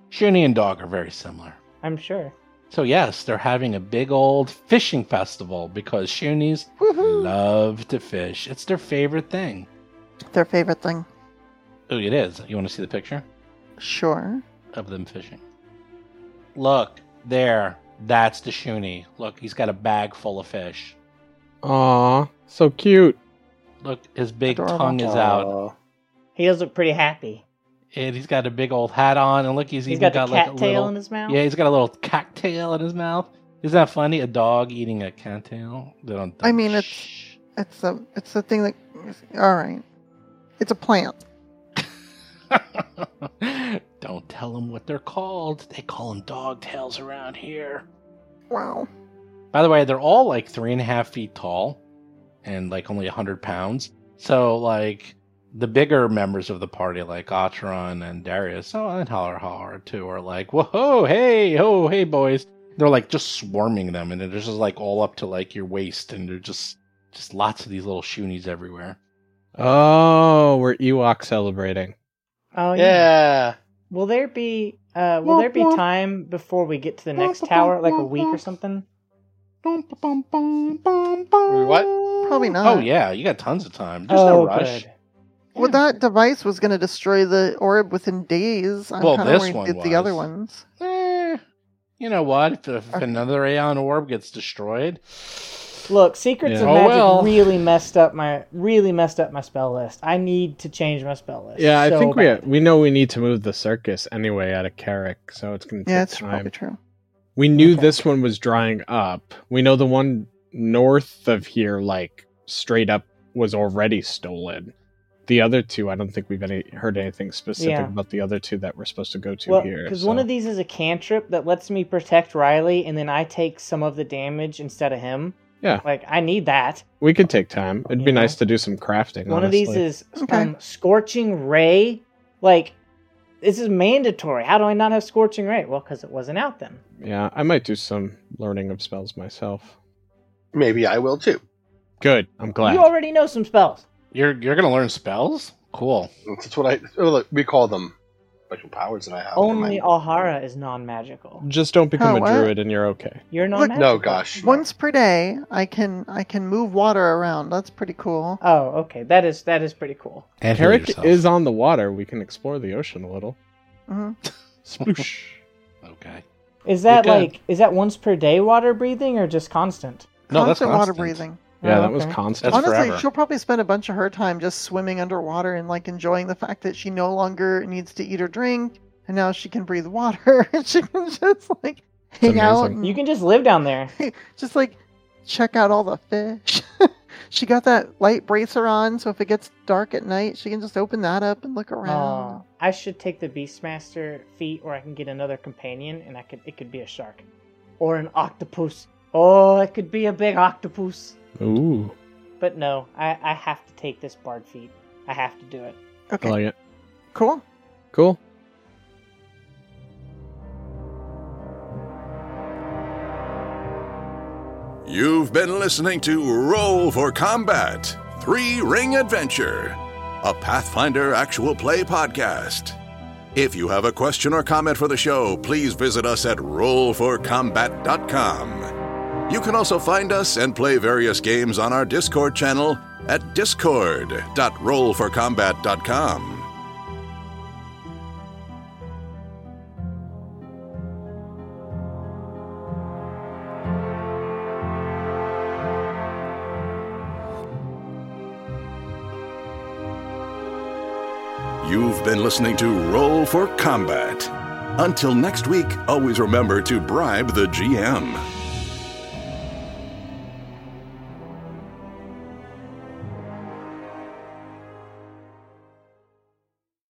[SPEAKER 2] Shuni and dog are very similar.
[SPEAKER 5] I'm sure.
[SPEAKER 2] So, yes, they're having a big old fishing festival because Shuni's
[SPEAKER 6] Woohoo!
[SPEAKER 2] love to fish. It's their favorite thing.
[SPEAKER 6] Their favorite thing.
[SPEAKER 2] Oh, it is. You want to see the picture?
[SPEAKER 6] Sure.
[SPEAKER 2] of them fishing. Look, there. That's the Shuni. Look, he's got a bag full of fish.
[SPEAKER 3] Aw, so cute.
[SPEAKER 2] Look, his big
[SPEAKER 6] Adorable.
[SPEAKER 2] tongue is out.
[SPEAKER 4] Aw.
[SPEAKER 5] He does look pretty happy.
[SPEAKER 2] And he's got a big old hat on. And look, he's,
[SPEAKER 5] He's
[SPEAKER 2] even
[SPEAKER 5] got,
[SPEAKER 2] got,
[SPEAKER 5] the
[SPEAKER 2] like
[SPEAKER 5] cat
[SPEAKER 2] a
[SPEAKER 5] tail
[SPEAKER 2] little.
[SPEAKER 5] in his mouth.
[SPEAKER 2] yeah, he's got a little cocktail in his mouth. Isn't that funny? A dog eating a cattail? They don't.
[SPEAKER 6] I mean, it's-
[SPEAKER 2] Shh.
[SPEAKER 6] It's a it's the thing that. All right. It's a plant.
[SPEAKER 2] don't tell them what they're called. They call them dog tails around here.
[SPEAKER 6] Wow.
[SPEAKER 2] By the way, they're all like three and a half feet tall and like only 100 pounds. So, like, the bigger members of the party, like Atron and Darius, oh, and Hallerhar too, are like, whoa, hey, oh, hey, boys. They're like just swarming them, and they're just like all up to like your waist, and they're just just lots of these little shoonies everywhere.
[SPEAKER 3] Oh, we're Ewok celebrating.
[SPEAKER 5] Oh yeah.
[SPEAKER 4] Yeah.
[SPEAKER 5] Will there be uh will there be time before we get to the next tower, like a week or something?
[SPEAKER 2] What?
[SPEAKER 6] Probably not.
[SPEAKER 2] Oh
[SPEAKER 6] Oh,
[SPEAKER 2] yeah, you got tons of time. There's no rush.
[SPEAKER 5] good.
[SPEAKER 6] Well, that device was going to destroy the orb within days. I'm
[SPEAKER 2] Well,
[SPEAKER 6] kind of
[SPEAKER 2] this
[SPEAKER 6] worried
[SPEAKER 2] one
[SPEAKER 6] it the other
[SPEAKER 2] was.
[SPEAKER 6] ones.
[SPEAKER 2] Eh, you know what? If, if
[SPEAKER 6] Okay.
[SPEAKER 2] another Aeon orb gets destroyed,
[SPEAKER 5] Look,
[SPEAKER 3] Yeah.
[SPEAKER 5] secrets of
[SPEAKER 2] Oh,
[SPEAKER 5] magic
[SPEAKER 2] well.
[SPEAKER 5] really messed up my really messed up my spell list. I need to change my spell list.
[SPEAKER 3] Yeah, I
[SPEAKER 5] so
[SPEAKER 3] think
[SPEAKER 5] bad.
[SPEAKER 3] we we know we need to move the circus anyway out of Carrick, so it's gonna take
[SPEAKER 6] Yeah, that's
[SPEAKER 3] time.
[SPEAKER 6] probably true.
[SPEAKER 3] We knew
[SPEAKER 5] Okay.
[SPEAKER 3] this one was drying up. We know the one north of here, like straight up, was already stolen. the other two, I don't think we've any heard anything specific
[SPEAKER 5] Yeah.
[SPEAKER 3] about the other two that we're supposed to go to
[SPEAKER 5] Well,
[SPEAKER 3] here.
[SPEAKER 5] because one
[SPEAKER 3] so-
[SPEAKER 5] of these is a cantrip that lets me protect Riley, and then I take some of the damage instead of him.
[SPEAKER 3] Yeah.
[SPEAKER 5] like I need that.
[SPEAKER 3] we could take time. It'd be
[SPEAKER 5] Yeah.
[SPEAKER 3] nice to do some crafting.
[SPEAKER 5] One of these
[SPEAKER 3] honestly.
[SPEAKER 5] is
[SPEAKER 6] Okay.
[SPEAKER 5] um, scorching ray. Like this is mandatory. How do I not have scorching ray? Well, because it wasn't out then.
[SPEAKER 3] yeah, I might do some learning of spells myself.
[SPEAKER 4] Maybe I will too.
[SPEAKER 3] Good, I'm glad.
[SPEAKER 5] You already know some spells.
[SPEAKER 2] You're you're gonna learn spells. Cool.
[SPEAKER 4] That's what I oh, look, we call them special powers that I have.
[SPEAKER 5] Only
[SPEAKER 4] Oh, Never mind.
[SPEAKER 5] Alhara is non-magical.
[SPEAKER 3] Just don't become
[SPEAKER 6] Oh,
[SPEAKER 3] a
[SPEAKER 6] what?
[SPEAKER 3] druid, and you're okay.
[SPEAKER 5] You're
[SPEAKER 6] Look-
[SPEAKER 5] non-magical.
[SPEAKER 4] No, gosh. no.
[SPEAKER 6] Once per day, I can I can move water around. That's pretty cool.
[SPEAKER 5] Oh, okay. That is that is pretty cool.
[SPEAKER 2] And
[SPEAKER 3] Carrick is on the water. We can explore the ocean a little.
[SPEAKER 6] hmm
[SPEAKER 3] Sploosh.
[SPEAKER 2] okay.
[SPEAKER 5] Is that
[SPEAKER 3] can.
[SPEAKER 5] like is that once per day water breathing or just constant?
[SPEAKER 2] No, that's
[SPEAKER 6] constant water
[SPEAKER 2] constant.
[SPEAKER 6] breathing.
[SPEAKER 3] yeah,
[SPEAKER 5] Oh,
[SPEAKER 3] that was
[SPEAKER 5] okay.
[SPEAKER 3] constant.
[SPEAKER 2] That's
[SPEAKER 6] Honestly,
[SPEAKER 2] forever.
[SPEAKER 6] she'll probably spend a bunch of her time just swimming underwater and like enjoying the fact that she no longer needs to eat or drink, and now she can breathe water. she can just like hang
[SPEAKER 4] Hmm.
[SPEAKER 6] out.
[SPEAKER 3] amazing.
[SPEAKER 6] and
[SPEAKER 5] You can just live down there.
[SPEAKER 6] just like check out all the fish. she got that light bracer on, so if it gets dark at night, she can just open that up and look around.
[SPEAKER 5] Oh, I should take the Beastmaster feat, or I can get another companion, and I could it could be a shark, or an octopus. Oh, it could be a big octopus.
[SPEAKER 3] Ooh,
[SPEAKER 5] But no, I, I have to take this bard feat. I have to do it.
[SPEAKER 6] okay,
[SPEAKER 3] I like it.
[SPEAKER 6] cool.
[SPEAKER 3] Cool.
[SPEAKER 1] You've been listening to Roll for Combat Three Ring Adventure, a Pathfinder actual play podcast. If you have a question or comment for the show, please visit us at rollforcombat.com. You can also find us and play various games on our Discord channel at discord.rollforcombat.com. You've been listening to Roll for Combat. Until next week, always remember to bribe the GM.